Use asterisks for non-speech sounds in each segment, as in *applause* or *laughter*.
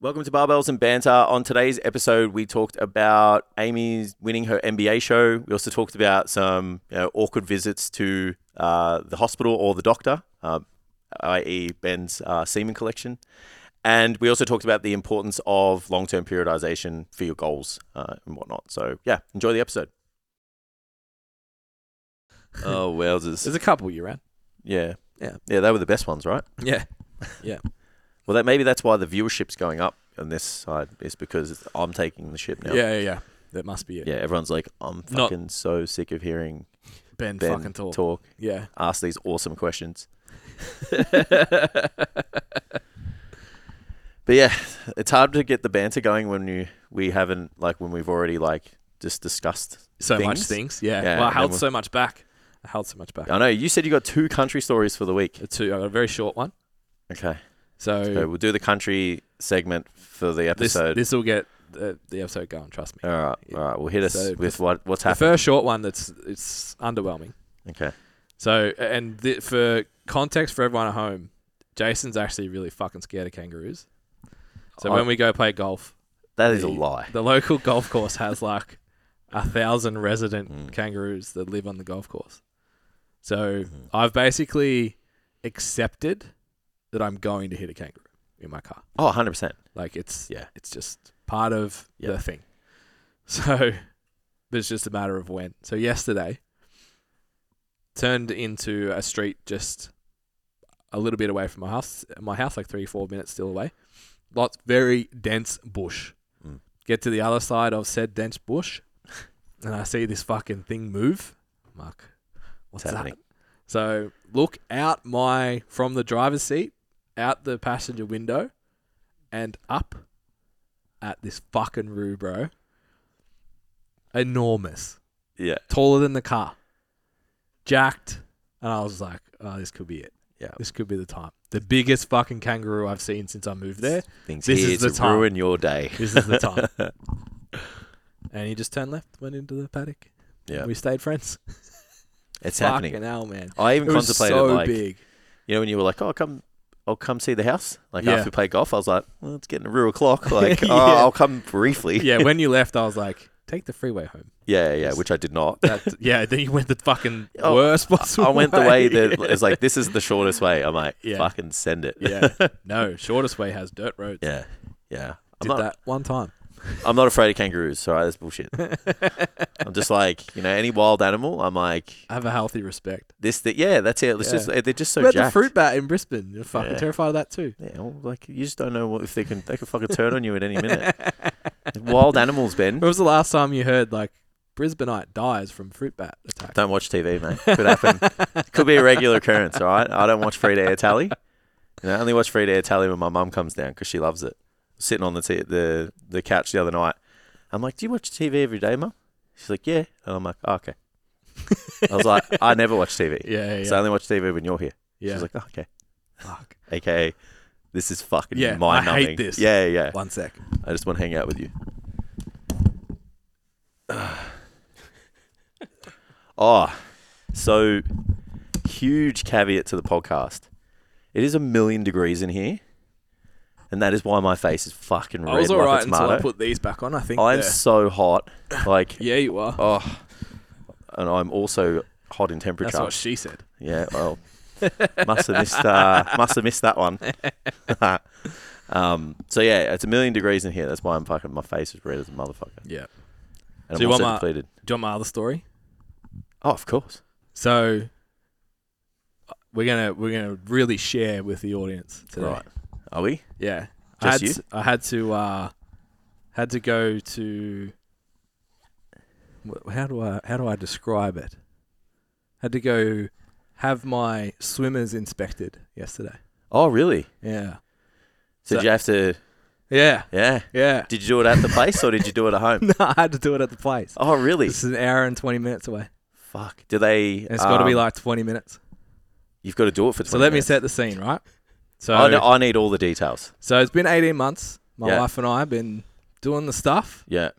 Welcome to Barbells and Banter. On today's episode, we talked about Amy's winning her MBA show. We also talked about some you know, awkward visits to uh, the hospital or the doctor, uh, i.e., Ben's uh, semen collection. And we also talked about the importance of long term periodization for your goals uh, and whatnot. So, yeah, enjoy the *laughs* episode. Oh, *laughs* wowzers. There's a couple you ran. Yeah. Yeah. Yeah, they were the best ones, right? Yeah. Well, that maybe that's why the viewership's going up on this side, is because I'm taking the ship now. Yeah, yeah, yeah. That must be it. Yeah, everyone's like, I'm Not- fucking so sick of hearing Ben, Ben fucking talk. talk, Yeah. ask these awesome *laughs* questions. But yeah, it's hard to get the banter going when you we haven't like when we've already like just discussed. so much Things? things. Yeah. Yeah, well, I and held then so much back. I held so much back. I know you said you got two country stories for the week. The Two, I got a very short one. Okay, so So we'll do the country segment for the this episode. this will get the, the episode going. Trust me. all right, all right, we'll hit us So with what what's The happening. first short one that's it's underwhelming. Okay, So and th- for context for everyone at home, Jason's actually really fucking scared of kangaroos. So I- when we go play golf, that is a the- lie. the local golf course has like a thousand resident Mm. kangaroos that live on the golf course. So Mhm. I've basically accepted that I'm going to hit a kangaroo in my car. Oh, 100 percent. Like it's Yeah. it's just part of Yeah. the thing. *laughs* So but it's just a matter of when. So yesterday turned into a street just a little bit away from my house. My house, like three, four minutes still away. Lots very dense bush. Mm. Get to the other side of said dense bush, and I see this fucking thing move. Mark, What's what's that? happening? So look out my from the driver's seat, out the passenger window, and up at this fucking roo, bro. Enormous, Yeah, taller than the car, jacked, and I was like, "Oh, this could be it. Yeah. this could be the time. The biggest fucking kangaroo I've seen since I moved there. things This here is the to time. ruin your day. This *laughs* is the time." and he just turned left, went into the paddock. Yeah, we stayed friends. it's fucking happening. hell, man. I even It was contemplated so like big. you know when you were like, "Oh, come, I'll come see the house." Like Yeah. after we play golf, I was like, "Well, it's getting a real *laughs* o'clock." Like, Yeah. "Oh, I'll come briefly." *laughs* yeah, when you left, I was like, take the freeway home. yeah, yeah, which I did *laughs* not. That, yeah, then you went the fucking Oh, worst possible. I went the way that *laughs* Yeah. it's like this is the shortest way. I'm like, Yeah. fucking send it. yeah, no, shortest way has dirt roads. *laughs* yeah, yeah. I'm Did not, that *laughs* one time. I'm not afraid of kangaroos. Sorry, that's bullshit. I'm just like, you know, any wild animal. I'm like I have a healthy respect. this. That yeah, that's it. It's Yeah. just they're just so we had jacked. the fruit bat in Brisbane. You're fucking Yeah. terrified of that too. Yeah, well, like you just don't know what, if they can. They can fucking turn on you at any minute. Wild animals, Ben. *laughs* When was the last time you heard like Brisbaneite dies from fruit bat attack? Don't watch TV, mate. Could happen. Could be a regular occurrence, all right? I don't watch free to air tally. You know, I only watch free to air tally when my mum comes down because she loves it. Sitting on the, t- the the couch the other night, I'm like, "Do you watch TV every day, mum?" She's like, "Yeah," and I'm like, oh, "Okay." I was like, "I never watch TV, *laughs* Yeah, *laughs* yeah, so I yeah. only watch TV when you're here." yeah. She's like, oh, "Okay," Fuck. aka, this is fucking Yeah, I hate mind numbing. this. Yeah, yeah. One sec. *laughs* I just want to hang out with you. Ah. oh, so huge caveat to the podcast. It is a million degrees in here, and that is why my face is fucking red I was like alright a until I tomato. put these back on. I think. I am they're- so *sighs* hot, like yeah, you are. oh, and I'm also hot in temperature. That's what she said. *laughs* Yeah, well, must have missed uh, must have missed that *laughs* one. *laughs* um, so yeah, it's a million degrees in here. That's why I'm fucking my face is red as a motherfucker, Yeah. and So you I'm want also my- depleted. Do you want my other story? Oh, of course. So uh, we're gonna we're gonna really share with the audience today. Right? Are we? Yeah. I Just had To, I had to uh, had to go to. wh- How do I how do I describe it? Had to go have my swimmers inspected yesterday. Oh, really? Yeah. So, So- did you have to? Yeah. Yeah. Yeah. *laughs* Did you do it at the place or did you do it at home? no, I had to do it at the place. Oh, really? It's an hour and twenty minutes away. Fuck. Do they? And it's got to be um, like twenty minutes. You've got to do it for. 20 So let me minutes. Oh, set the scene, right? So I, know- I need all the details. so it's been eighteen months. My Yeah. wife and I have been doing the stuff. Yeah.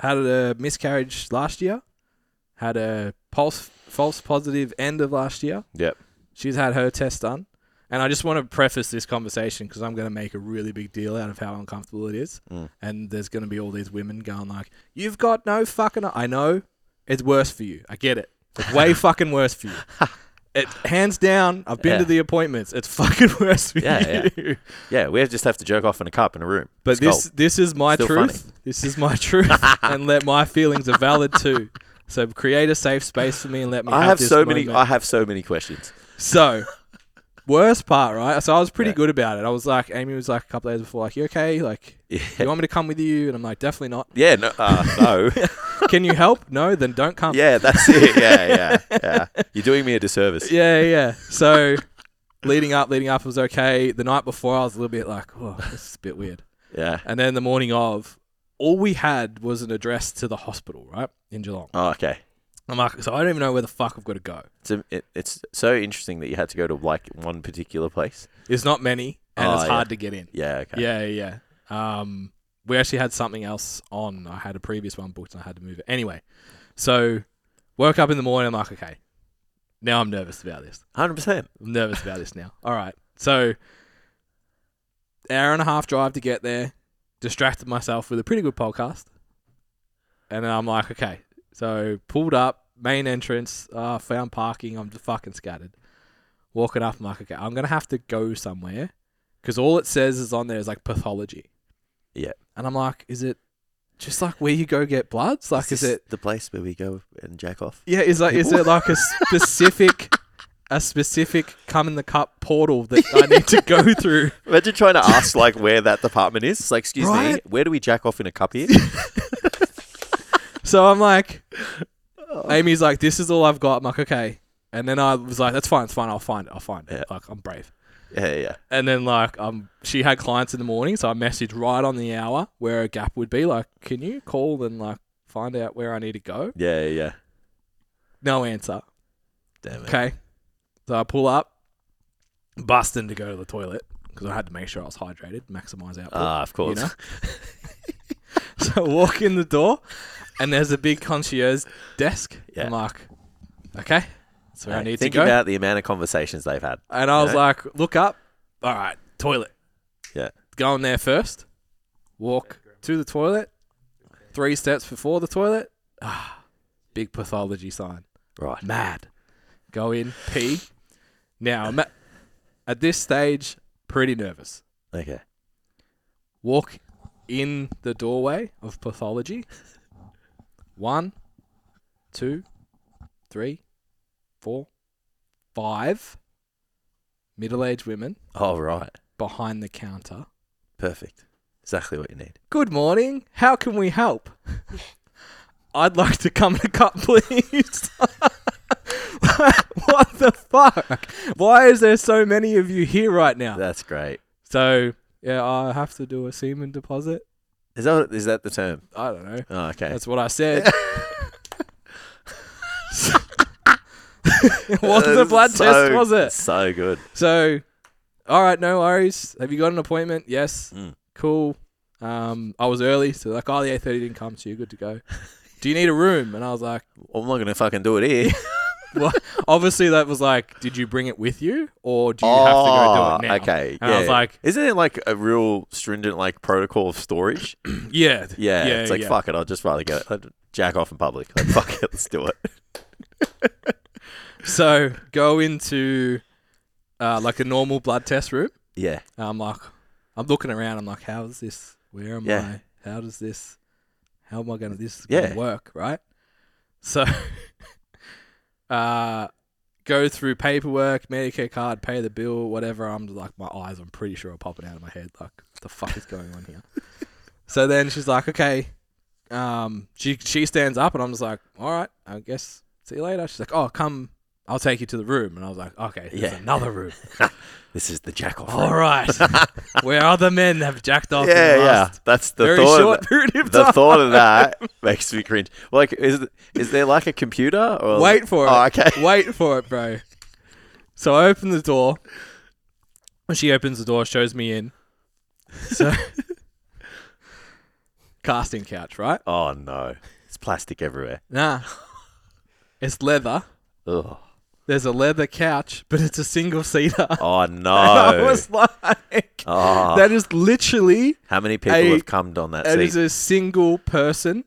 had a miscarriage last year, had a pulse false positive end of last year. Yep. She's had her test done, And I just want to preface this conversation because I'm going to make a really big deal out of how uncomfortable it is. Mm. And there's going to be all these women going like, "You've got no fucking." I know it's worse for you. I get it. It's *laughs* way fucking worse for you. It hands down. I've been Yeah. to the appointments. It's fucking *laughs* worse for Yeah, you. Yeah, we just have to jerk off in a cup in a room. But It's this cold. this is my Still truth. This is *laughs* my truth, and let my feelings are valid too. So create a safe space for me and let me. I have this so many. moment. I have so many questions. *laughs* So, worst part, right? So I was pretty Yeah. good about it. I was like, Amy was like a couple days before, like, you okay? Like, you Yeah, want me to come with you? And I'm like, definitely not. yeah no, uh, *laughs* no. Can you help? no, then don't come. yeah, that's it. Yeah, yeah, yeah. You're doing me a disservice. yeah, yeah. So, leading up, leading up was okay. The night before, I was a little bit like, oh, this is a bit weird. Yeah. And then the morning of, all we had was an address to the hospital, right? In Geelong. Oh, okay. I'm like, so I don't even know where the fuck I've got to go. It's, a, it, it's so interesting that you had to go to like one particular place. It's not many, and Oh, it's yeah. hard to get in. Yeah. Okay. Yeah, yeah. yeah. Um, we actually had something else on. I had a previous one booked and I had to move it. Anyway, so woke up in the morning. I'm like, okay, now I'm nervous about this. Hundred percent. I'm nervous about this now. All right. So, hour and a half drive to get there. Distracted myself with a pretty good podcast. And then I'm like, okay. So, pulled up, main entrance, uh, found parking. I'm just fucking scattered. Walking up, I'm like, okay, I'm going to have to go somewhere. Because all it says is on there is like pathology. Yeah. And I'm like, is it just like where you go get bloods? Like, is, it. the place where we go and jack off? Yeah, is like is People. there like a specific a specific come in the cup portal that I need to go through? Imagine trying to ask like where that department is. It's like, excuse me, Right? where do we jack off in a cup *laughs* here? So I'm like Amy's like, This is all I've got. I'm like, okay. And then I was like, That's fine, it's fine, I'll find it, I'll find it. Yeah. Like I'm brave. yeah, yeah. And then like um she had clients in the morning, so I messaged right on the hour where a gap would be, like, can you call and like find out where I need to go? Yeah, yeah, yeah. No answer. Damn it. Okay. So I pull up, busting to go to the toilet because I had to make sure I was hydrated, maximize output. Ah, of course. *laughs* so I walk in the door, and there's a big concierge desk. Yeah. I'm like, okay, that's where I Hey, need to think go. about the amount of conversations they've had. and I was Yeah. like, look up. All right, toilet. Yeah. Go in there first. Walk to the toilet. Three steps before the toilet. Ah, big pathology sign Right. mad. Go in, pee. Now, I'm at, at this stage, pretty nervous. Okay. Walk in the doorway of pathology. One, two, three, four, five middle aged women All Oh, right. behind the counter. Perfect. Exactly what you need. Good morning. How can we help? *laughs* I'd like to come in a cup, please. *laughs* what the fuck? Why is there so many of you here right now? That's great. So, yeah, I have to do a semen deposit. Is that is that the term? I don't know. Oh, okay. *laughs* That's what I said. *laughs* it wasn't *laughs* a blood So- test, was it? So good. So, all right, no worries. Have you got an appointment? Yes. Mm. Cool. Um, I was early, so like, oh, the eight thirty didn't come, so you're good to go. Do you need a room? And I was like, I'm not gonna fucking do *laughs* it here. well, obviously that was like, did you bring it with you, or do you have to go do it now? Oh, Ah, Okay. And yeah. I was like, Isn't it like a real stringent like protocol of storage? *clears throat* yeah, Yeah, yeah. it's like yeah. fuck it. I'll just rather go I'd jack off in public. Like fuck it, let's do it. So go into uh, like a normal blood test room. *laughs* Yeah, And I'm like, I'm looking around. I'm like, how is this? Where am Yeah. I? How does this? How am I gonna? This is Yeah. gonna work, right? So, *laughs* uh, go through paperwork, Medicare card, pay the bill, whatever. I'm like, my eyes, I'm pretty sure are popping out of my head. Like, what the fuck is going on *laughs* here? so then she's like, okay. Um, she she stands up, and I'm just like, all right, I guess. See you later. She's like, oh, come. I'll take you to the room, and I was like, okay, there's Yeah. another room. this is the jack off. *laughs* All right. Where other men have jacked off. yeah, in the yeah. last That's the very thought. short of period that- of the time. thought of *laughs* that makes me cringe. Like, is it- is there like a computer? Or Wait for Oh, it. okay. Wait for it, bro. So I open the door. When she opens the door, shows me in. So *laughs* casting couch, right? *laughs* Oh *laughs* no, it's plastic everywhere. Nah. It's leather Ugh. There's a leather couch, but it's a single seater. *laughs* Oh And I no! was like, Oh, that is literally how many people I- have cummed on that that is seat? a single person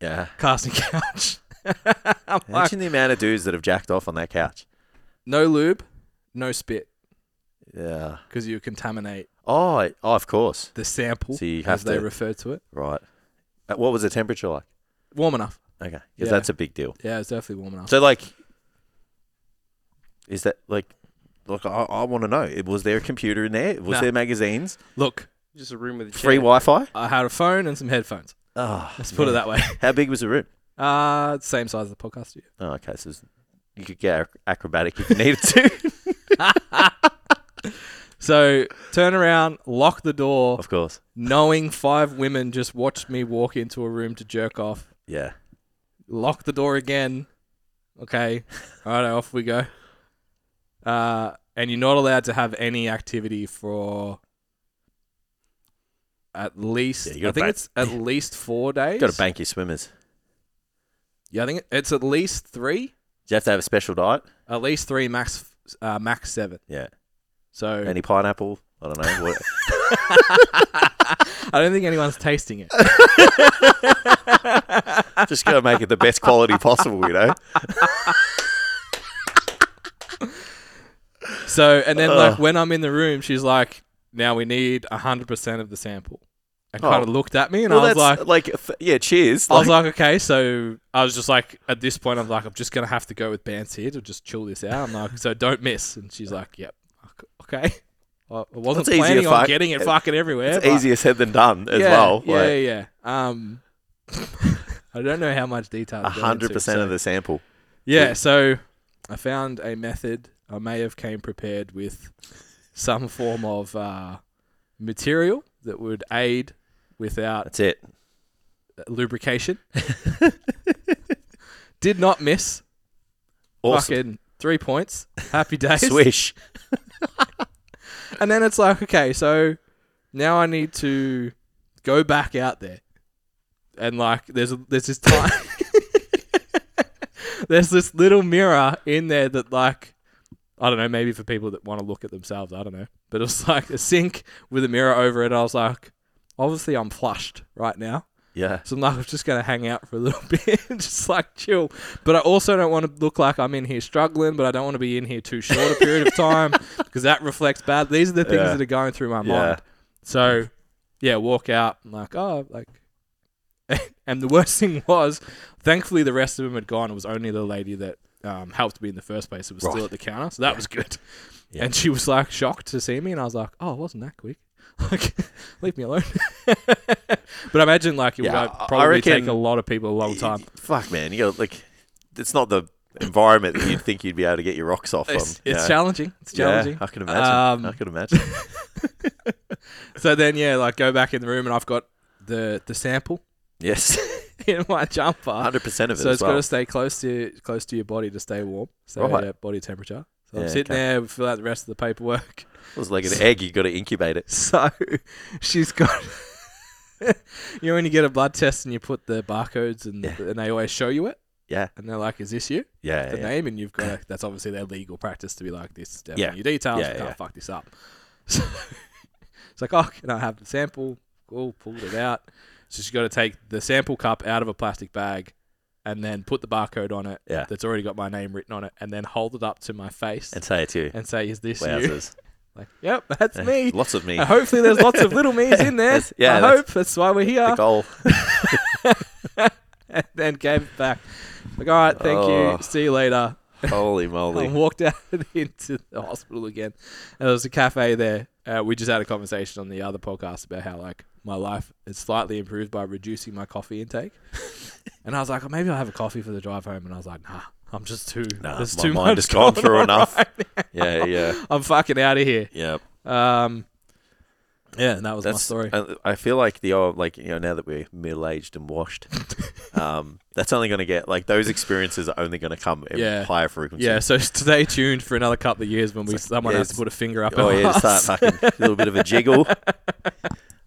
yeah. casting couch. *laughs* I'm like, Imagine the amount of dudes that have jacked off on that couch. no lube, no spit, Yeah. because you contaminate Oh, it- oh, of course. the sample, So you have as they to- refer to it. Right. Uh, What was the temperature like? Warm enough. Okay, 'cause Yeah. that's a big deal. Yeah, it's definitely warm enough. So, like, is that like, look, I, I want to know. It was there a computer in there? Was No. there magazines? Look, Just a room with a chair. Free Wi-Fi? I had a phone and some headphones. Oh, Ah, Let's put it that way. How big was the room? Uh, same size as the podcast *laughs* studio. Oh, okay. So it's- you could get ac- acrobatic if you *laughs* needed to. *laughs* So turn around, lock the door, of course. knowing five women just watched me walk into a room to jerk off. Yeah. Lock the door again. *laughs* Okay, all right, off we go. Uh, and you're not allowed to have any activity for at least Yeah, you I gotta think bank- it's *laughs* at least four days. Got to bank your swimmers. Yeah, I think it's at least three, Do you have to have a special diet? at least three max, uh, max seven. Yeah. So Any *laughs* pineapple? I don't know. What, *laughs* I don't think anyone's tasting it. *laughs* just got to make it the best quality *laughs* possible, you know? So, and then like Ugh. when I'm in the room, she's like, "Now we need hundred percent of the sample." And Oh. kind of looked at me, and well, I was that's like, like, th- yeah, cheers. "I Like, was like, okay." So I was just like, at this point, I'm like, I'm just gonna have to go with bands here to just chill this out. I'm like, so don't miss. And she's like, "Yep, okay." I I wasn't It's easier planning on fuck- getting it it- fucking everywhere. it's but- easier said than done as yeah, well. Yeah, like, yeah. Um, *laughs* I don't know how much detail. to go into, 100% so- of the sample. yeah, so I found a method. I may have came prepared with some form of uh, material that would aid without That's it. lubrication. Did not miss. Awesome. Fucking three points. Happy days. *laughs* Swish. And then it's like, okay, so now I need to go back out there. And like there's there's this time *laughs* There's this little mirror in there that like I don't know, maybe for people that want to look at themselves, I don't know. But it was like a sink with a mirror over it. I was like, obviously I'm flushed right now. Yeah. So I'm like, I'm just gonna hang out for a little *laughs* bit and just like chill. But I also don't want to look like I'm in here struggling, but I don't want to be in here too short a period of *laughs* time because that reflects bad. These are the things Yeah. that are going through my Yeah. mind. So yeah, walk out. I'm like, oh, like. *laughs* and the worst thing was, thankfully, the rest of them had gone. It was only the lady that um, helped me in the first place. It was Right. still at the counter, so that was good. Yeah. And *laughs* she was like shocked to see me, and I was like, "Oh, it wasn't that quick. *laughs* Like, leave me alone." *laughs* but I imagine like it Yeah, would I- I probably take reckon- a lot of people a long time. Fuck, man. You got like, it's not the environment that you'd think you'd be able to get your rocks off It's, from. it's yeah. challenging. It's challenging. Yeah, I can imagine. I Um, can imagine. *laughs* So then, yeah, like go back in the room, and I've got the the sample *laughs* Yes, in my jumper. 100% of it so as it's well. got to stay close to close to your body to stay warm, stay Right. at body temperature. So Yeah, I'm sitting okay. there, we fill out the rest of the paperwork. It was like an egg. You got to incubate it. *laughs* So she's got. *laughs* you know when you get a blood test and you put the barcodes and Yeah. and they always show you it. Yeah. And they're like, "Is this you?" Yeah, The yeah, name, and *clears throat* you've got to, that's obviously their legal practice to be like this. is Definitely Yeah. your details. Yeah, you yeah. can't fuck this up. *laughs* So it's like, oh, can I have the sample? Cool, pulled it out. So she's got to take the sample cup out of a plastic bag, and then put the barcode on it. Yeah. That's already got my name written on it, and then hold it up to my face and say it *laughs* to you. and say, "Is this you?" Wowzers. Like, yep, *laughs* that's me. Lots of *laughs* me. And hopefully, there's lots of little me's in *laughs* there. That's- yeah, I that's- hope that's why we're here. The goal. *laughs* and then gave it back. Like, all right, thank Oh. you. See you later. Holy And moly. walked out *laughs* into the hospital again. And there was a cafe there. Uh, we just had a conversation on the other podcast about how like my life is slightly improved by reducing my *laughs* coffee intake. and I was like, oh, maybe I'll have a coffee for the drive home. And I was like, nah, I'm just too. Nah, there's my too mind much has gone going through on enough. right now. Yeah, yeah, I'm fucking out of here. yeah. *laughs* Um, yeah, and that was my That's story. I, I feel like the old, like you know, now that we're middle aged and washed, um, *laughs* that's only going to get like those experiences are only going to come in Yeah. higher frequency. Yeah, so stay tuned for another couple of years when we someone yeah, has to it's- put a finger up. Oh our yeah, start ass. fucking a little bit of a jiggle,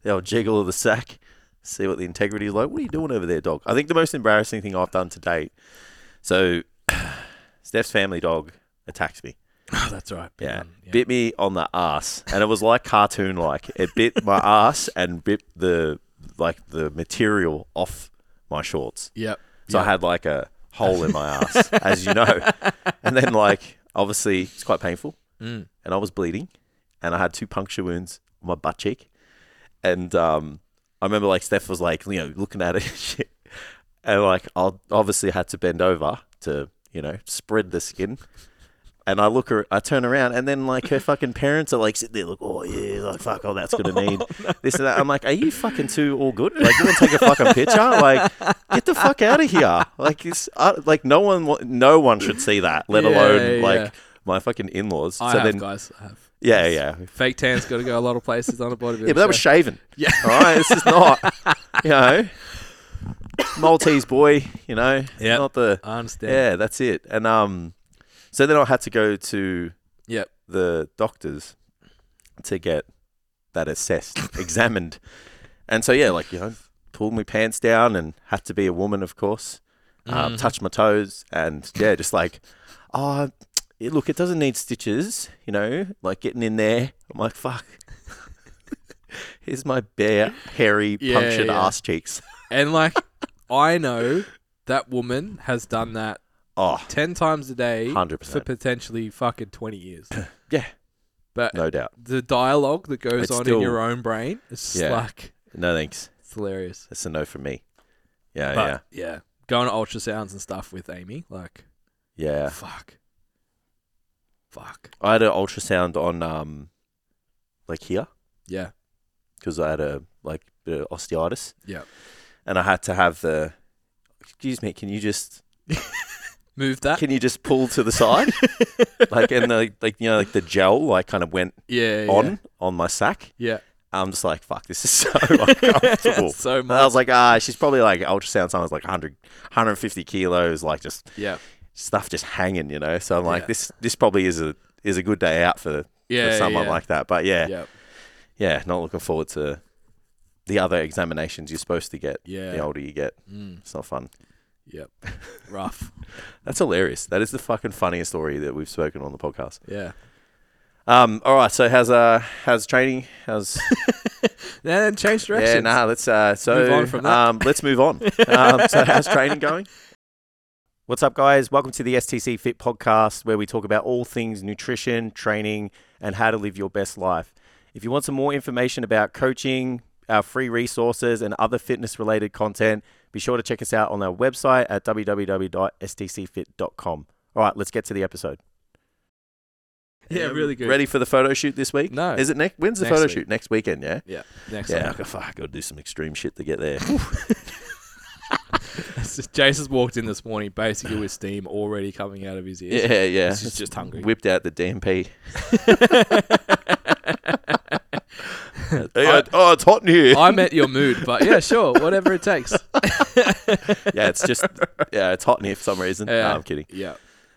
the old jiggle of the sack. See what the integrity is like. What are you doing over there, dog? I think the most embarrassing thing I've done to date. So, *sighs* Steph's family dog attacked me. Oh, *laughs* that's right. Yeah. Um, Bit me on the ass, and it was like cartoon like. It bit my ass and bit the like the material off my shorts. Yep. So Yep. I had like a hole in my ass, as you know. And then like obviously it's quite painful, Mm. and I was bleeding, and I had two puncture wounds on my butt cheek, and um, I remember like Steph was like you know looking at it, *laughs* and shit. and like I obviously had to bend over to you know spread the skin. And I look her, I turn around, and then like her fucking parents are like sitting there, like, oh yeah, like fuck, oh that's *laughs* gonna need this and that. I'm like, are you fucking two all good? Like, you want to take a fucking picture? Like, get the fuck out of here! Like, it's, uh, like no one, wa- no one should see that, let Yeah, alone yeah. like my fucking in-laws. I so have, then, guys. I have. yeah, yeah, Fake tan's got to go a lot of places on a body. yeah, but that was shaven. Yeah. all right. This is not, *laughs* you know, Maltese boy. You know, Yep. not the. I understand. Yeah, that's it. And um, so then I had to go to Yep. the doctors to get that *laughs* assessed, examined. And so yeah, like you know, pulled my pants down and had to be a woman, of course. Uh, Mhm. Touched my toes and yeah, just like, oh, it, look, it doesn't need stitches, you know, like getting in there. I'm like, fuck. *laughs* Here's my bare, hairy, Yeah, punctured yeah. ass cheeks. And like, I know that woman has done that Oh, 10 times a day 100%. for potentially fucking 20 years. Yeah. But no doubt. the dialogue that goes It's on still- in your own brain is just Yeah. like, No thanks. it's hilarious. That's a no from me. Yeah, Uh, yeah, But yeah. Going to ultrasounds and stuff with Amy, like, yeah. fuck. Fuck. I had an ultrasound on um, like here Yeah. because I had a like bit of osteitis. Yeah. And I had to have the. Excuse me. Can you just Move that. can you just pull to the *laughs* side like and the like you know like the gel like kind of went yeah. yeah, on on my sack. *laughs* Yeah. I'm just like fuck. This is *laughs* so *laughs* uncomfortable. so And I much. was like, ah, she's probably like ultrasound. Someone's like 100, 150 kilos, like just *laughs* Yeah. stuff just hanging, you know. So I'm like, Yeah. this this probably is a is a good day out for, Yeah. for someone yeah. like that. But yeah, Yeah. yeah, not looking forward to the other examinations you're supposed to get Yeah. the older you get. Mm, It's not fun. yep. *laughs* Rough. That's hilarious. That is the fucking funniest story that we've spoken on the podcast. *laughs* Yeah. Um, all right, so how's uh how's training? *laughs* How's Then change directions. yeah, nah, let's uh so Move on from that. um let's move *laughs* on. um, so how's training going? What's up guys? Welcome to the STC Fit podcast where we talk about all things nutrition, training and how to live your best life. If you want some more information about coaching, our free resources and other fitness related content, be sure to check us out on our website at www.stcfit.com. All right, let's get to the episode. Yeah, really good. Ready for the photo shoot this week? No. Is it Oh. next? When's the Next photo week. shoot? Next weekend, *laughs* yeah? Next Yeah, I yeah. gotta, oh, *laughs* *laughs* fuck, I gotta do some extreme shit to get there. Jason's walked in this morning basically with steam already coming out of his ears. *laughs* yeah, yeah. He's just, just hungry. Whipped out the *laughs* DMP. I, oh, it's hot in *laughs* here. I met your mood, but yeah, sure, whatever *laughs* it takes. yeah, it's just yeah, it's hot in here for some reason. No, Yeah. I'm kidding. Yeah.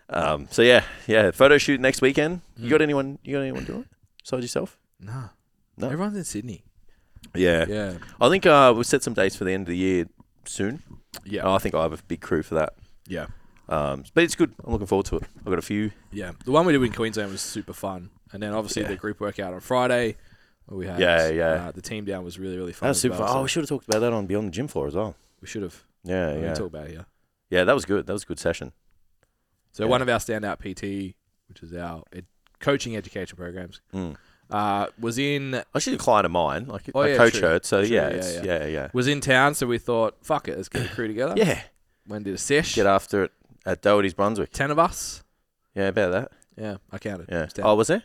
Um, so yeah, yeah, photo shoot next weekend. You got anyone? You got anyone doing it? Besides yourself? No. No. Everyone's in Sydney. Yeah, Yeah. I think uh, we'll set some dates for the end of the year soon. Yeah. And I think I have a big crew for that. yeah. Um, but it's good. I'm looking forward to it. I've got a few. Yeah. The one we did in Queensland was super fun. And then obviously Yeah. the group workout on Friday. We had Yeah, yeah. Uh, the team down was really, really fun. That was as super well, fun. so Oh, we should have talked about that on Beyond the Gym Floor as well. we should have. Yeah, We yeah, talk about it, yeah. yeah. That was good. That was a good session. So Yeah. one of our standout PT, which is our ed- coaching education programs, Mm. uh, was in Actually, a client of mine, like Oh, a yeah, coach true. heard. So True, yeah, yeah, it's, yeah, yeah, yeah, was in town. So we thought, fuck it, let's get a *coughs* crew together. Went and did a sesh. Get after it at Doherty's Brunswick. Ten of us. Yeah, about that. Yeah, I counted. Yeah. Stand- Oh, was there?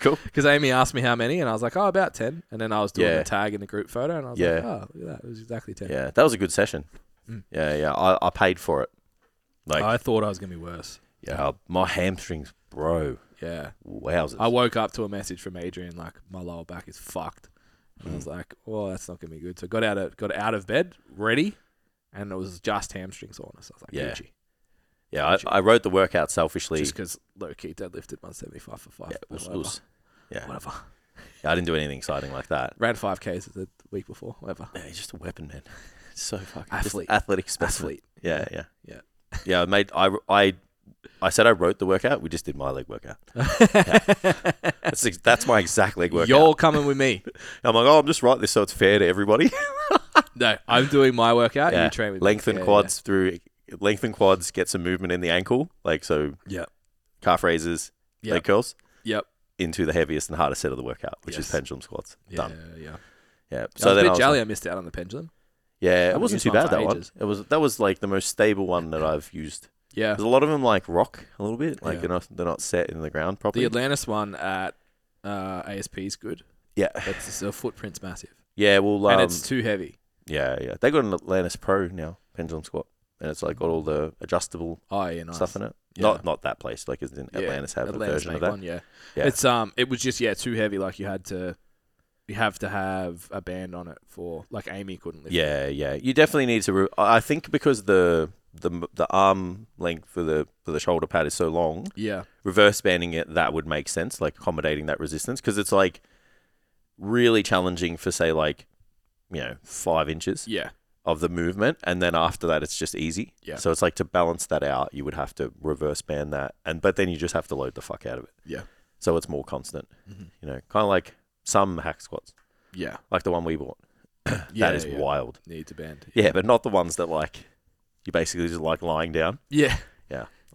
Because Amy asked me how many, and I was like, oh, about 10. And then I was doing Yeah. the tag in the group photo, and I was Yeah. like, oh, look at that. It was exactly 10. Yeah, that was a good session. Mm. Yeah, yeah. I, I paid for it. Like, I thought I was going to be worse. yeah, my hamstrings, bro. Yeah. Wowzers. I woke up to a message from Adrian, like, my lower back is fucked. And Hmm. I was like, well, that's not going to be good. So got out of, got out of bed, ready, and it was just hamstring soreness. I was like, Yeah. Gucci. yeah, I, I wrote the workout selfishly. Just because low key deadlifted 175 for five. yeah, it but was- it whatever. was- yeah. whatever. Yeah, I didn't do anything exciting like that. Ran 5Ks the week before, whatever. Yeah, he's just a weapon, man. *laughs* So fucking just Athlete. athletic specimen. Athlete. Yeah, yeah, Yeah. yeah. I made I I I said I wrote the workout. We just did my leg *laughs* workout. That's, ex- that's my exact leg workout. You're coming *laughs* with me. I'm like, oh, I'm just writing this so it's fair to *laughs* everybody. No, I'm doing my workout. Yeah. You train with me. length and Yeah, yeah, quads through length and quads. Get some movement in the ankle, like so. Yeah. Calf raises, Yeah. leg curls Yep. into the heaviest and hardest set of the workout, which is Yes. pendulum squats. Yeah. Done. Yeah. Yeah. So I was a then bit I was jelly. like- I missed out on the pendulum. yeah, it haven't wasn't used too mine bad for that one. ages. It was that was like the most stable one that I've used. Yeah. 'Cause a lot of them like rock a little bit, like Yeah. they're not they're not set in the ground The properly. Atlantis one at uh, ASP is good. yeah, That's the footprint's massive, yeah. Well, um, and it's too heavy. yeah, yeah. They got an Atlantis Pro now pendulum squat, and it's like got all the adjustable Oh yeah, nice. stuff in it. Yeah. Not not that place. Like, isn't Yeah, Atlantis have Atlantis a version make of that? One, yeah. Yeah. It's um, it was just yeah, too heavy. Like you had to, you have to have a band on it for like Amy couldn't lift. it. Yeah, yeah. You definitely need to. Re- I I think because the the m- the arm length for the for the shoulder pad is so long, Yeah. reverse banding it that would make sense, like accommodating that resistance, because it's like really challenging for say like you know five inches Yeah. of the movement, and then after that it's just easy. Yeah. So it's like to balance that out, you would have to reverse band that, and but then you just have to load the fuck out of it. Yeah. So it's more constant. Mhm. You know, kind of like some hack squats, Yeah. like the one we bought. Yeah, *sighs* that is yeah. wild. Needs a band. Yeah, but not the ones that like you basically just like lying down. Yeah.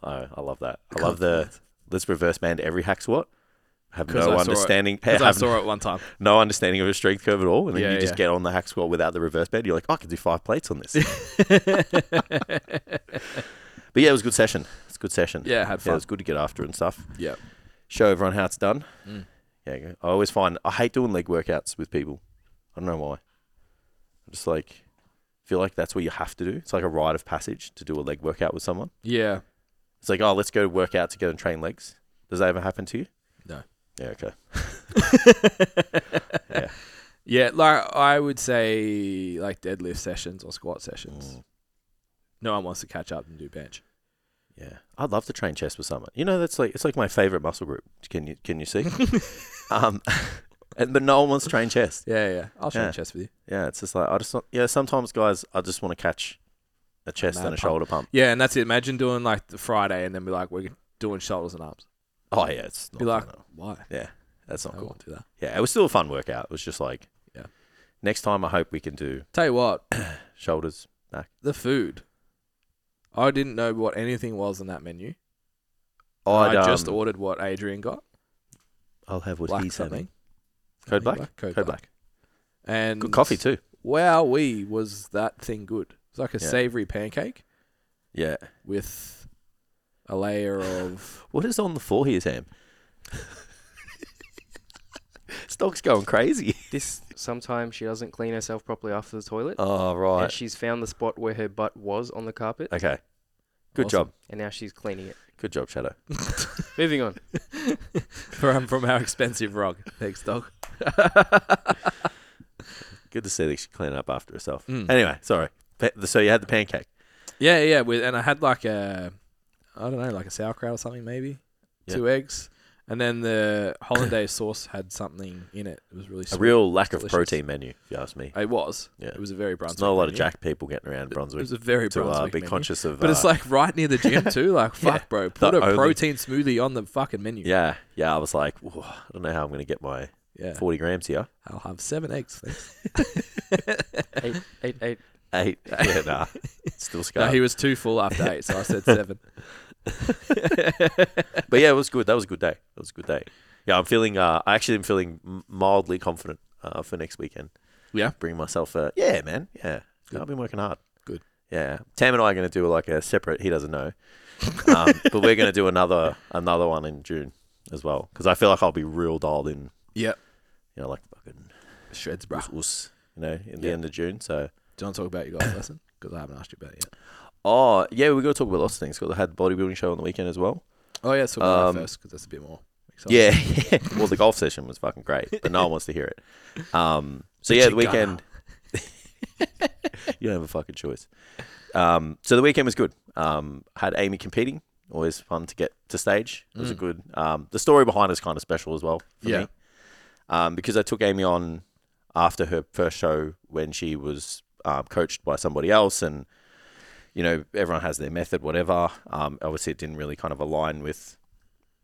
I, I love that. I love the let's reverse band every hack squat. Have 'Cause no I saw it. understanding, Because I have saw it one time. no understanding of a strength curve at all, and then Yeah, you just yeah. get on the hack squat without the reverse band. You're like, "Oh, I could do five plates *laughs* on this. *laughs* but yeah, it was a good session. It's a good session. Yeah, had yeah, it fun. was good to get after and stuff. Yeah. Show everyone how it's done. Mm. Yeah, I always find I hate doing leg workouts with people. I don't know why. I just like feel like that's what you have to do. It's like a rite of passage to do a leg workout with someone. Yeah. It's like, oh, let's go work out together and train legs. Does that ever happen to you? No. Yeah, okay. *laughs* Yeah. Like I would say, like deadlift sessions or squat sessions. Mm, No one wants to catch up and do bench. yeah. I'd love to train chest with someone. You know, that's like it's like my favorite muscle group. Can you can you *laughs* see? um *laughs* and, but no one wants to train chest. Yeah. Yeah. I'll show Yeah. you chest with you. Yeah, it's just like I just not, yeah, sometimes guys I just want to catch a chest mad and a pump. shoulder pump. Yeah, and that's it. Imagine doing like the Friday and then be like, we're doing shoulders and arms. Oh yeah, it's not Be like, no, why? that's not I cool. won't do that. Yeah, it was still a fun workout. It was just like Yeah. Next time I hope we can do Tell you what, shoulders. the food. I didn't know what anything was on that menu. I'd, I just um, ordered what Adrian got. I'll have what black he's something. having. Code black? Code, Code black. And Good coffee too. Wow, we was that thing good. It's like a Yeah. savory pancake Yeah. with a layer of *laughs* What is on the floor here, Sam? *laughs* Stock's going crazy. This sometimes she doesn't clean herself properly after the toilet, *laughs* Oh, and right. she's found the spot where her butt was on the carpet, Okay. Good Awesome. job. and now she's cleaning it. Good job, Shadow. Moving on. from from our *laughs* expensive rug. Thanks, dog. Good to see that she cleaned up after herself. Mm. Anyway, sorry. Pa- So you had the pancake. Yeah, yeah. With and I had like a, I don't know, like a sauerkraut or something maybe, Yeah. two eggs, and then the *coughs* hollandaise sauce had something in it. It was really A sweet. real lack of Delicious. protein menu, if you ask me. It was. Yeah. It was a very There's Brunswick. not a lot of menu. Jack people getting around It Brunswick was a very to Brunswick uh, be menu. conscious of. But it's uh, like right near the gym *laughs* too. Like fuck, bro. Put a only- protein smoothie on the fucking menu. Yeah, yeah. I was like, "Whoa, I don't know how I'm going to get my Yeah. 40 grams here. I'll have seven eggs. Thanks. *laughs* Eight, eight, eight. Eight. *laughs* Yeah, nah. Still No, scarred. he was too full after *laughs* eight, so I said seven. *laughs* but yeah, it was good. That was a good day. That was a good day. Yeah, I'm feeling. Uh, I actually am feeling m- mildly confident uh, for next weekend. Yeah? bring myself. Uh, yeah, man. Yeah, Good. I've been working hard. Good. Yeah, Tam and I are going to do like a separate. He doesn't know, um, but we're going to do another another one in June as well because I feel like I'll be real dialed in. Yep. You know, like fucking Shreds, bro. us, us, you know, in the Yeah. end of June. So. Do you want to talk about your golf lesson? Because I haven't asked you about it yet. Oh yeah, we got to talk about lots of things because I had the bodybuilding show on the weekend as well. Oh yeah, so about Um, that first because that's a bit more. Exciting. *laughs* Yeah, well, the golf session was fucking great, but no one wants to hear it. Um, so yeah, you the weekend. *laughs* you don't have a fucking choice. Um, so the weekend was good. Um, had Amy competing. Always fun to get to stage. It was a Mm. good. Um, the story behind is kind of special as well for Yeah. me, um, because I took Amy on after her first show when she was um, coached by somebody else, and you know, everyone has their method, whatever. Um, obviously, it didn't really kind of align with,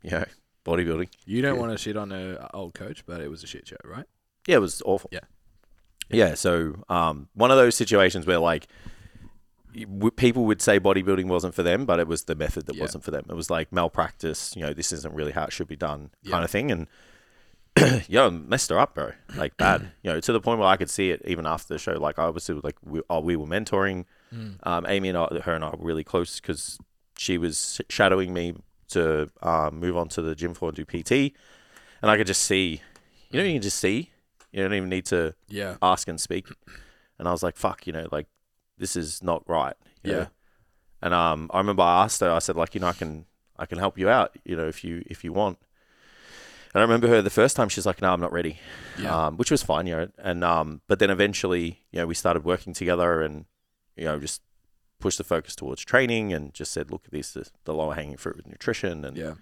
you know, bodybuilding. You don't Yeah. want to shit on a old coach, but it was a shit show, right? Yeah, it was awful. Yeah. Yeah. So, um, one of those situations where like you- w- people would say bodybuilding wasn't for them, but it was the method that Yeah. wasn't for them. It was like malpractice, you know, this isn't really how it should be done Yeah. kind of thing. And, *clears throat* yo, messed her up, bro. Like bad, you know, to the point where I could see it even after the show. Like I was still like, we, oh, we were mentoring. Mm. Um, Amy and I, her and I were really close because she was shadowing me to um, move on to the gym floor and do PT. And I could just see, you know, you can just see. You don't even need to Yeah. ask and speak. And I was like, fuck, you know, like this is not right. you know? Yeah. And um, I remember I asked her, I said, like, you know, I can I can help you out, you know, if you if you want. And I remember her the first time, she's like, no, I'm not ready. Yeah. Um, which was fine, you know. And um, but then eventually, you know, we started working together and, you know, just pushed the focus towards training and just said, look, this is the lower hanging fruit with nutrition and yeah.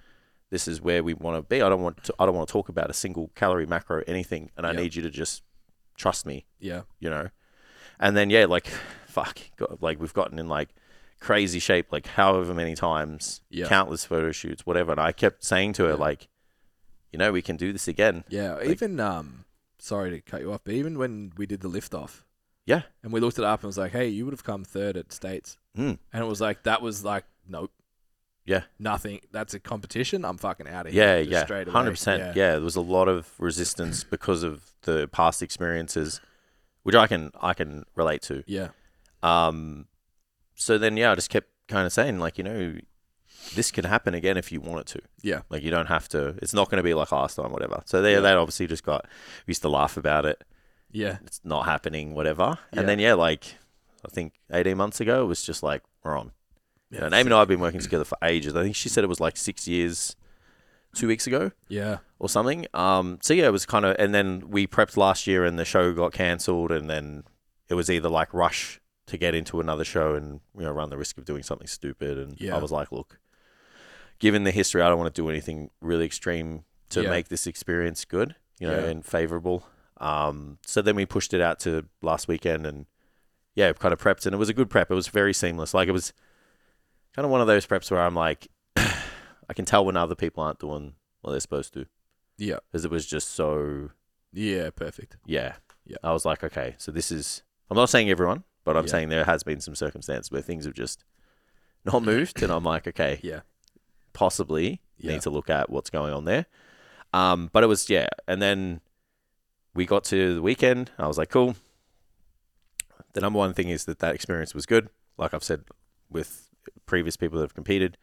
this is where we want to be. I don't want to I don't want to talk about a single calorie, macro, anything. And I Yeah. need you to just trust me Yeah. you know. And then yeah, like *sighs* fuck, got, like we've gotten in like crazy shape, like however many times, Yeah. countless photo shoots, whatever. And I kept saying to her Yeah. like, you know, we can do this again. Yeah. even um, sorry to cut you off, but even when we did the lift off, Yeah. and we looked it up and was like, hey, you would have come third at states, Mm. and it was like that was like nope. Yeah. Nothing. That's a competition. I'm fucking out of Yeah, here. yeah, Straight away. hundred percent. Yeah, there was a lot of resistance because of the past experiences, which I can I can relate to. Yeah. Um, so then, yeah, I just kept kind of saying, like, you know, this can happen again if you want it to. Yeah. Like, you don't have to, it's not going to be like last time, whatever. So they, Yeah. they obviously just got, we used to laugh about it. Yeah. It's not happening, whatever. And Yeah. then, yeah, like, I think 18 months ago, it was just like, we're on. You know, and Amy and I have been working together for ages. I think she said it was like six years, two weeks ago Yeah. or something. Um, so yeah, it was kind of, and then we prepped last year, and the show got cancelled, and then it was either like rush to get into another show and you know run the risk of doing something stupid. And Yeah. I was like, look, given the history, I don't want to do anything really extreme to Yeah. make this experience good, you know, Yeah. and favorable. Um, so then we pushed it out to last weekend, and yeah, kind of prepped, and it was a good prep. It was very seamless. Like it was kind of one of those preps where I'm like, *sighs* I can tell when other people aren't doing what they're supposed to Yeah. because it was just so Yeah. Perfect. yeah Yeah. i was like okay so this is i'm not saying everyone but i'm Yeah. saying there has been some circumstances where things have just not moved and i'm like okay Yeah. possibly Yeah. need to look at what's going on there um but it was yeah and then we got to the weekend i was like cool the number one thing is that that experience was good like i've said with previous people that have competed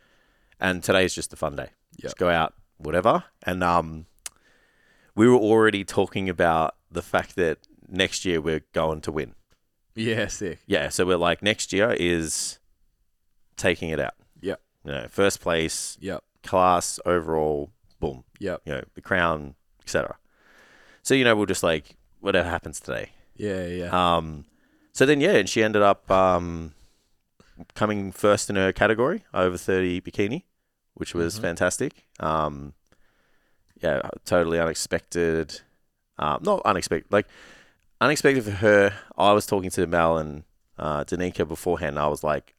and today is just a fun day Yeah. just go out whatever and um we were already talking about the fact that next year we're going to win. Yeah. Sick. Yeah, so we're like next year is taking it out. Yeah. You know, first place, Yep. class overall, boom. Yep. You know, the crown, etc. So you know, we'll just like whatever happens today. Yeah. Yeah. Um, so then yeah, and she ended up um coming first in her category over thirty bikini, which was Mhm. fantastic. Um, yeah, totally unexpected. Uh, not unexpected, like unexpected for her. I was talking to Mel and uh, Danica beforehand. I was like,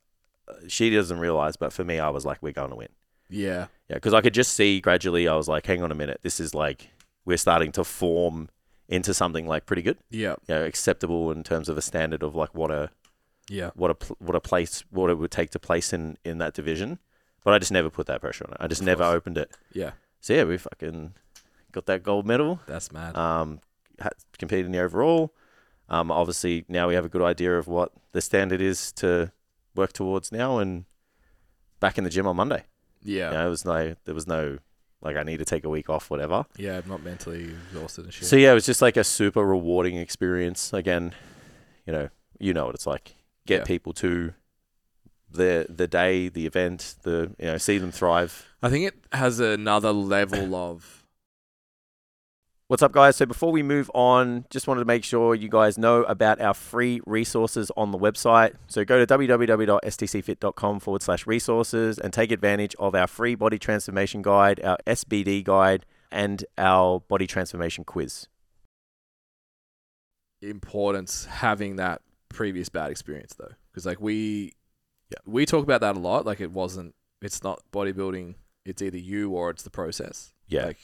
she doesn't realize, but for me, I was like, we're going to win. yeah. Yeah, because I could just see gradually. I was like, hang on a minute, this is like we're starting to form into something like pretty good, Yeah. you know, acceptable in terms of a standard of like what a Yeah. what a pl- what a place what it would take to place in in that division. But I just never put that pressure on it. I just Of never course. opened it. Yeah. So yeah, we fucking got that gold medal. That's mad. Um, had, competed in the overall. Um, obviously now we have a good idea of what the standard is to work towards now, and back in the gym on Monday. yeah. You know, it was no, there was no, like I need to take a week off, whatever. Yeah, I'm not mentally exhausted and shit. So yeah, it was just like a super rewarding experience. Again, you know, you know what it's like. Get Yeah. people to the the day, the event, the you know, see them thrive. I think it has another level *laughs* of What's up, guys? So, before we move on, just wanted to make sure you guys know about our free resources on the website. So, go to www.stcfit.com forward slash resources and take advantage of our free body transformation guide, our SBD guide, and our body transformation quiz. importance having that previous bad experience though, because like we Yeah. We talk about that a lot. Like it wasn't. It's not bodybuilding. It's either you or it's the process. Yeah. Like,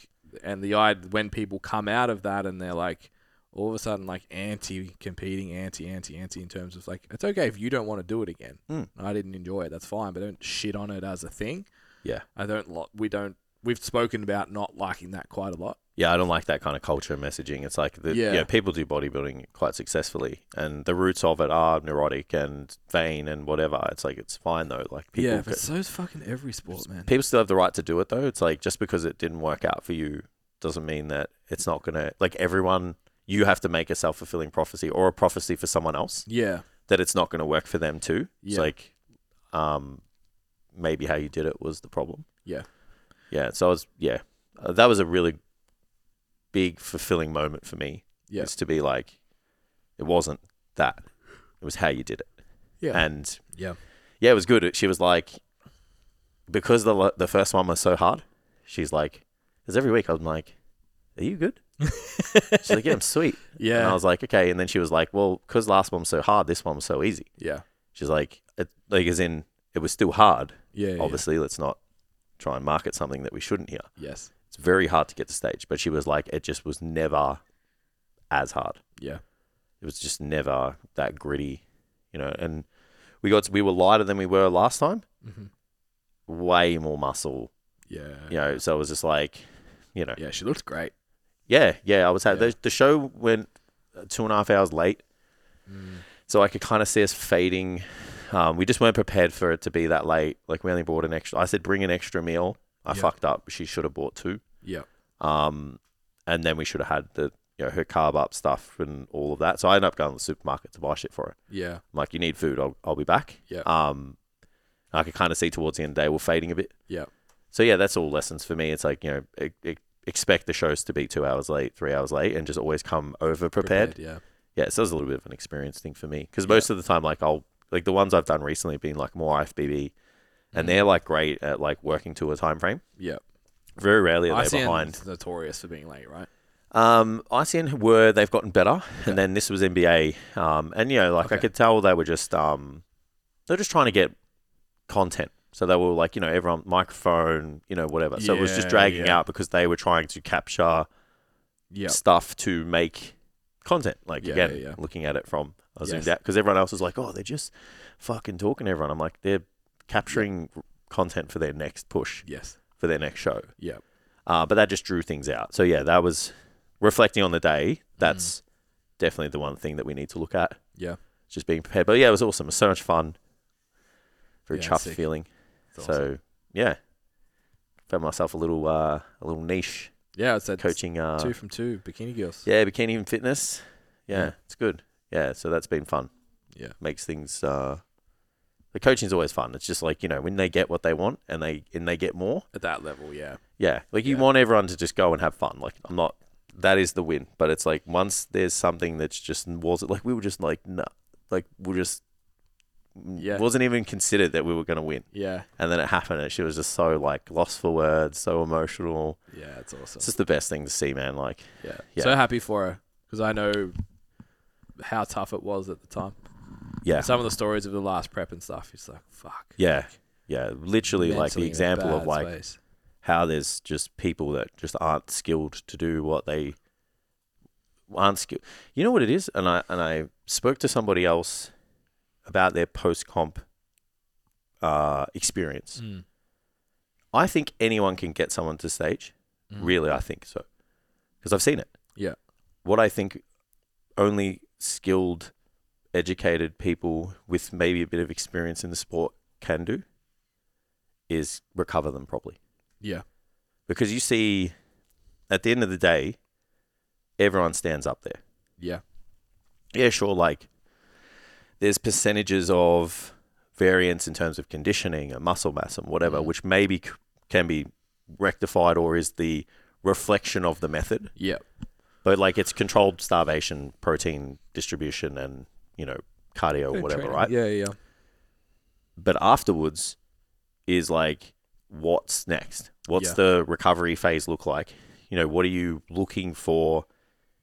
and the I when people come out of that and they're like, all of a sudden like anti competing, anti, anti, anti in terms of like it's okay if you don't want to do it again. Mm. I didn't enjoy it. That's fine. But don't shit on it as a thing. Yeah. I don't. lo- We don't. We've spoken about not liking that quite a lot. Yeah, I don't like that kind of culture messaging. It's like the yeah. Yeah. people do bodybuilding quite successfully, and the roots of it are neurotic and vain and whatever. It's like it's fine though. Like people, yeah, ca- but so's fucking every sport, man. people still have the right to do it though. It's like just because it didn't work out for you doesn't mean that it's not gonna like everyone. You have to make a self fulfilling prophecy or a prophecy for someone else Yeah. that it's not going to work for them too. It's Yeah. like, um, maybe how you did it was the problem. Yeah. Yeah. So I was, yeah, uh, that was a really big fulfilling moment for me. Yeah. Is to be like, it wasn't that. It was how you did it. Yeah. And Yeah. yeah, it was good. She was like, because the lo- the first one was so hard, she's like, because every week I'm like, are you *laughs* good? She's like, yeah, I'm sweet. yeah. And I was like, okay. And then she was like, well, because last one was so hard, this one was so easy. yeah. She's like, it, like as in, it was still hard. Yeah. yeah, Obviously, let's not try and market something that we shouldn't hear. yeah. Yes. It's very hard to get to stage, but she was like, it just was never as hard. Yeah. It was just never that gritty, you know. And we got, we were lighter than we were last time. Mm-hmm. Way more muscle, Yeah. you know. So it was just like, you know, Yeah, she looked great. yeah, yeah. I was happy. Yeah. The, the show went two and a half hours late. Mm. So I could kind of see us fading. Um, we just weren't prepared for it to be that late. Like we only bought an extra. I said bring an extra meal. I Yeah. fucked up. She should have bought two. Yeah. Um, and then we should have had the you know her carb up stuff and all of that. So I ended up going to the supermarket to buy shit for her. Yeah. I'm like, you need food. I'll I'll be back. Yeah. Um, I could kind of see towards the end of the day we're fading a bit. Yeah. So yeah, that's all lessons for me. It's like you know e- e- expect the shows to be two hours late, three hours late, and just always come over prepared Yeah. yeah, so it was a little bit of an experience thing for me because most of the time, like I'll like the ones I've done recently have been like more IFBB, Mm-hmm. and they're like great at like working to a time frame. Yeah. Very rarely are they ICN's behind. notorious for being late, right? Um, ICN were they've gotten better, and then this was NBA, um, and you know like I Okay. could tell they were just um, they're just trying to get content. So they were like, you know, everyone microphone, you know, whatever. So it was just Yeah, dragging yeah. out because they were trying to capture Yeah. stuff to make content. Like Yeah, again, yeah, yeah. looking at it from I was Yes. zoomed out because everyone else is like, oh, they're just fucking talking to everyone. I'm like, they're capturing content for their next push Yes. for their next show. Yeah. Uh, but that just drew things out. So yeah, that was reflecting on the day. Mm-hmm. That's definitely the one thing that we need to look at. Yeah. Just being prepared. But yeah, it was awesome. It was so much fun. Very Yeah, chuffed sick. feeling. It's so awesome. yeah, found myself a little uh, a little niche yeah, it's that coaching. Uh, two from two bikini girls. yeah, Bikini and Fitness. Yeah, Yeah. it's good. Yeah, so that's been fun. Yeah. Makes things uh the coaching's always fun. It's just like, you know, when they get what they want and they and they get more. At that level, yeah. Yeah. Like you Yeah. want everyone to just go and have fun. Like I'm not that is the win. But it's like once there's something that's just wasn't like we were just like nah. Like we're just Yeah. wasn't even considered that we were gonna win. Yeah. And then it happened and she was just so like lost for words, so emotional. Yeah, it's awesome. It's just the best thing to see, man. Like yeah. yeah. So happy for her because I know how tough it was at the time. yeah. Some of the stories of the last prep and stuff, it's like, fuck. Yeah. Yeah. Literally like Mentally the in a example of bad like space. how there's just people that just aren't skilled to do what they aren't skilled. You know what it is, and I and I spoke to somebody else about their post comp uh, experience. Mm. I think anyone can get someone to stage. Mm. Really, I think so because I've seen it. Yeah. What I think only skilled, educated people with maybe a bit of experience in the sport can do is recover them properly Yeah. because you see at the end of the day everyone stands up there Yeah. yeah sure like there's percentages of variance in terms of conditioning and muscle mass and whatever Mhm. which maybe c- can be rectified or is the reflection of the method Yeah. but like it's controlled starvation protein distribution and you know cardio or whatever right Yeah, yeah. but afterwards is like what's next what's Yeah. the recovery phase look like you know what are you looking for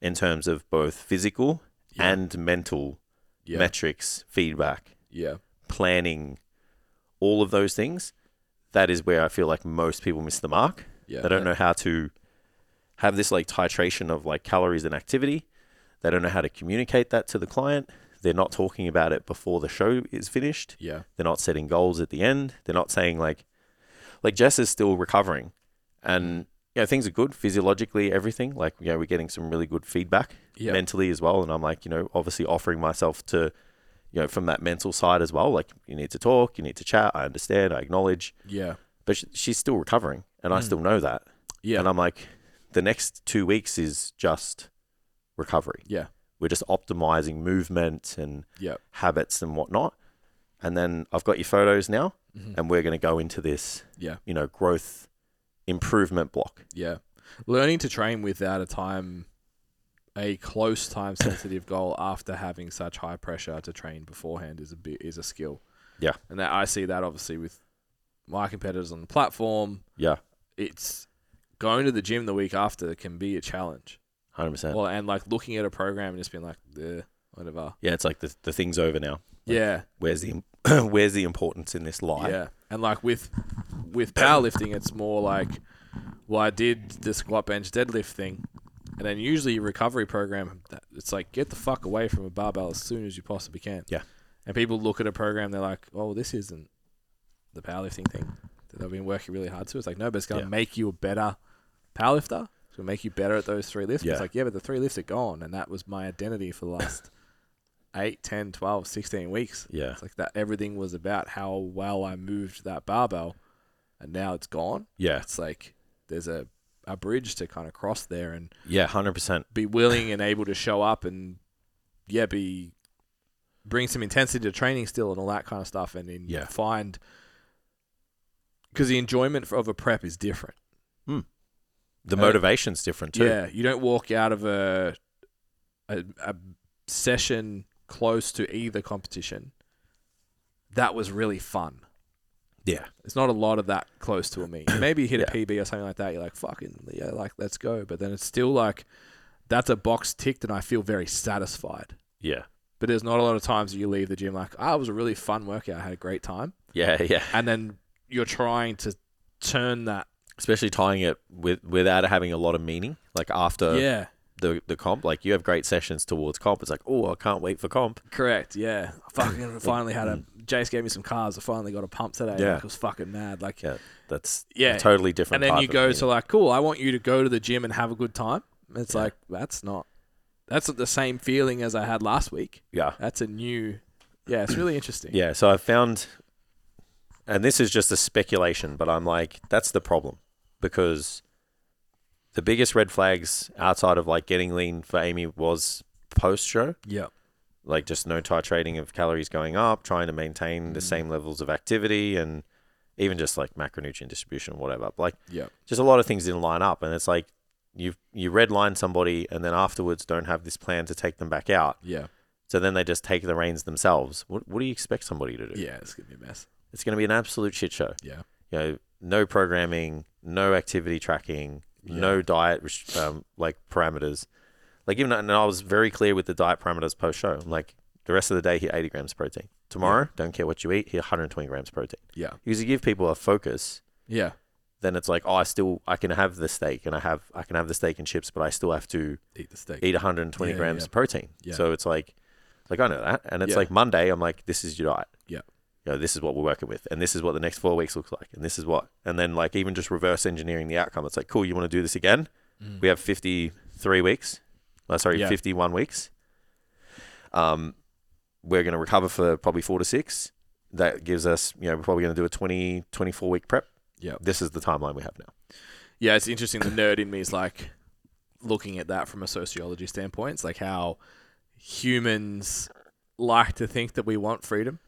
in terms of both physical Yeah. and mental Yeah. metrics feedback yeah. planning all of those things, that is where I feel like most people miss the mark. Yeah. They don't know how to have this like titration of like calories and activity. They don't know how to communicate that to the client. They're not talking about it before the show is finished. Yeah. They're not setting goals at the end. They're not saying like, like Jess is still recovering, Mm. and you know things are good physiologically, everything. Like you know we're getting some really good feedback Yeah. mentally as well. And I'm like, you know, obviously offering myself to, you know, from that mental side as well. Like, you need to talk, you need to chat. I understand, I acknowledge, yeah. but sh- she's still recovering, and I Mm. still know that. Yeah. And I'm like, the next two weeks is just recovery. Yeah. We're just optimizing movement and Yep. habits and whatnot. And then I've got your photos now, Mhm. and we're going to go into this, Yeah. you know, growth improvement block. Yeah. Learning to train without a time, a close *coughs* time sensitive goal after having such high pressure to train beforehand is a bit, is a skill. Yeah. And that I see that obviously with my competitors on the platform. Yeah. It's going to the gym the week after can be a challenge. 100%. Well, and like looking at a program and just being like, "Ugh, whatever. yeah, it's like the, the thing's over now. Like, yeah. Where's the im- *clears throat* where's the importance in this lie? Yeah, and like with *coughs* with powerlifting, it's more like, well, I did the squat bench deadlift thing, and then usually your recovery program, it's like get the fuck away from a barbell as soon as you possibly can. Yeah. and people look at a program, they're like, oh, this isn't the powerlifting thing that I've been working really hard to. It's like no, but it's gonna Yeah. make you a better powerlifter. It's gonna make you better at those three lifts. But Yeah. It's like yeah, but the three lifts are gone, and that was my identity for *coughs* the last. 8, 10, 12, 16 weeks. Yeah. It's like that everything was about how well I moved that barbell and now it's gone. Yeah. It's like there's a, a bridge to kind of cross there and Yeah. 100%. be willing and able to show up and yeah, be bring some intensity to training still and all that kind of stuff and then Yeah. find because the enjoyment of a prep is different. The Uh, motivation's different too. Yeah, you don't walk out of a, a a session close to either competition. That was really fun. Yeah. It's not a lot of that close to *coughs* a meet. Maybe you hit Yeah. a PB or something like that. You're like, fucking, yeah, like, let's go. But then it's still like, that's a box ticked, and I feel very satisfied. Yeah. But there's not a lot of times that you leave the gym like, ah, it was a really fun workout. I had a great time. Yeah. *laughs* Yeah. And then you're trying to turn that. Especially tying it with without it having a lot of meaning. Like after yeah. the, the comp, like you have great sessions towards comp. It's like, oh, I can't wait for comp. Correct. Yeah. I *laughs* fucking finally had a. Jace gave me some cars. I finally got a pump today. mm. Yeah. Like, I was fucking mad. Like, Yeah. That's Yeah. a totally different. and then type you of go meaning. to like, cool. I want you to go to the gym and have a good time. It's Yeah. like that's not. That's not the same feeling as I had last week. yeah. That's a new. Yeah, it's really interesting. Yeah. So I found, and this is just a speculation, but I'm like, that's the problem because the biggest red flags outside of like getting lean for Amy was post show. Yeah. like just no titrating of calories going up, trying to maintain the same levels of activity and even just like macronutrient distribution or whatever. Like Yeah. just a lot of things didn't line up and it's like you you red line somebody and then afterwards don't have this plan to take them back out. Yeah. So then they just take the reins themselves. What what do you expect somebody to do? Yeah. It's gonna be a mess. It's gonna be an absolute shit show. Yeah. You know, no programming, no activity tracking, no diet res- um, like parameters. Like even and I was very clear with the diet parameters post show. I'm like the rest of the day, hit 80 grams protein. Tomorrow, don't care what you eat, hit 120 grams protein. Yeah. Because you give people a focus, Yeah. then it's like, oh, I still I can have the steak and I have I can have the steak and chips, but I still have to Eat the steak. eat 120 Yeah, grams yeah. of protein. Yeah. So it's like, like I know that, and it's Yeah. like Monday. I'm like, this is your diet. Yeah. You know, this is what we're working with, and this is what the next four weeks looks like, and this is what, and then like even just reverse engineering the outcome. It's like, cool, you want to do this again? Mm. We have 53 weeks. Uh, sorry, Yeah. 51 weeks. Um, we're going to recover for probably four to six. That gives us, you know, we're probably going to do a 20, 24 week prep. Yeah. This is the timeline we have now. Yeah. It's interesting. The nerd in me is like looking at that from a sociology standpoint. It's like how humans like to think that we want freedom.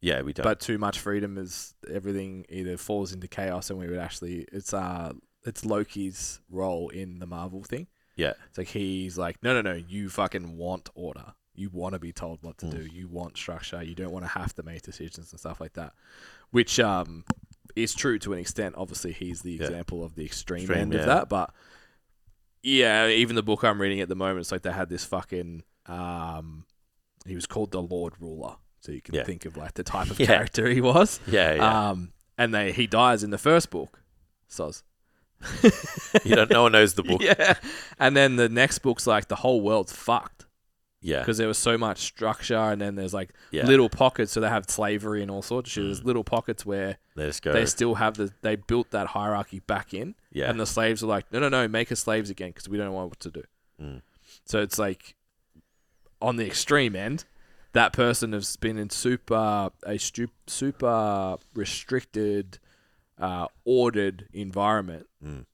Yeah, we don't. but too much freedom is everything either falls into chaos and we would actually it's uh it's Loki's role in the Marvel thing. yeah. It's like he's like, No no no, you fucking want order. You want to be told what to Mm. do. You want structure. You don't want to have to make decisions and stuff like that. Which um is true to an extent. Obviously he's the Yeah. example of the extreme, Extreme, end yeah. of that, but yeah, even the book I'm reading at the moment, it's like they had this fucking um he was called the Lord Ruler. so you can Yeah. think of like the type of *laughs* Yeah. character he was. Yeah, yeah. Um, and they he dies in the first book, soz. *laughs* you don't. No one knows the book. *laughs* Yeah, uh, *laughs* Yeah, and then the next book's like the whole world's fucked yeah. because there was so much structure, and then there's like yeah. Mm. little pockets, so they have slavery and all sorts of shit. There's little pockets where They just go. they still have the they built that hierarchy back in, yeah, and the slaves are like, no, no, no, make us slaves again because we don't know what to do. Mm. So it's like on the extreme end, that person has been in super a stu- super restricted, uh, ordered environment. Mm.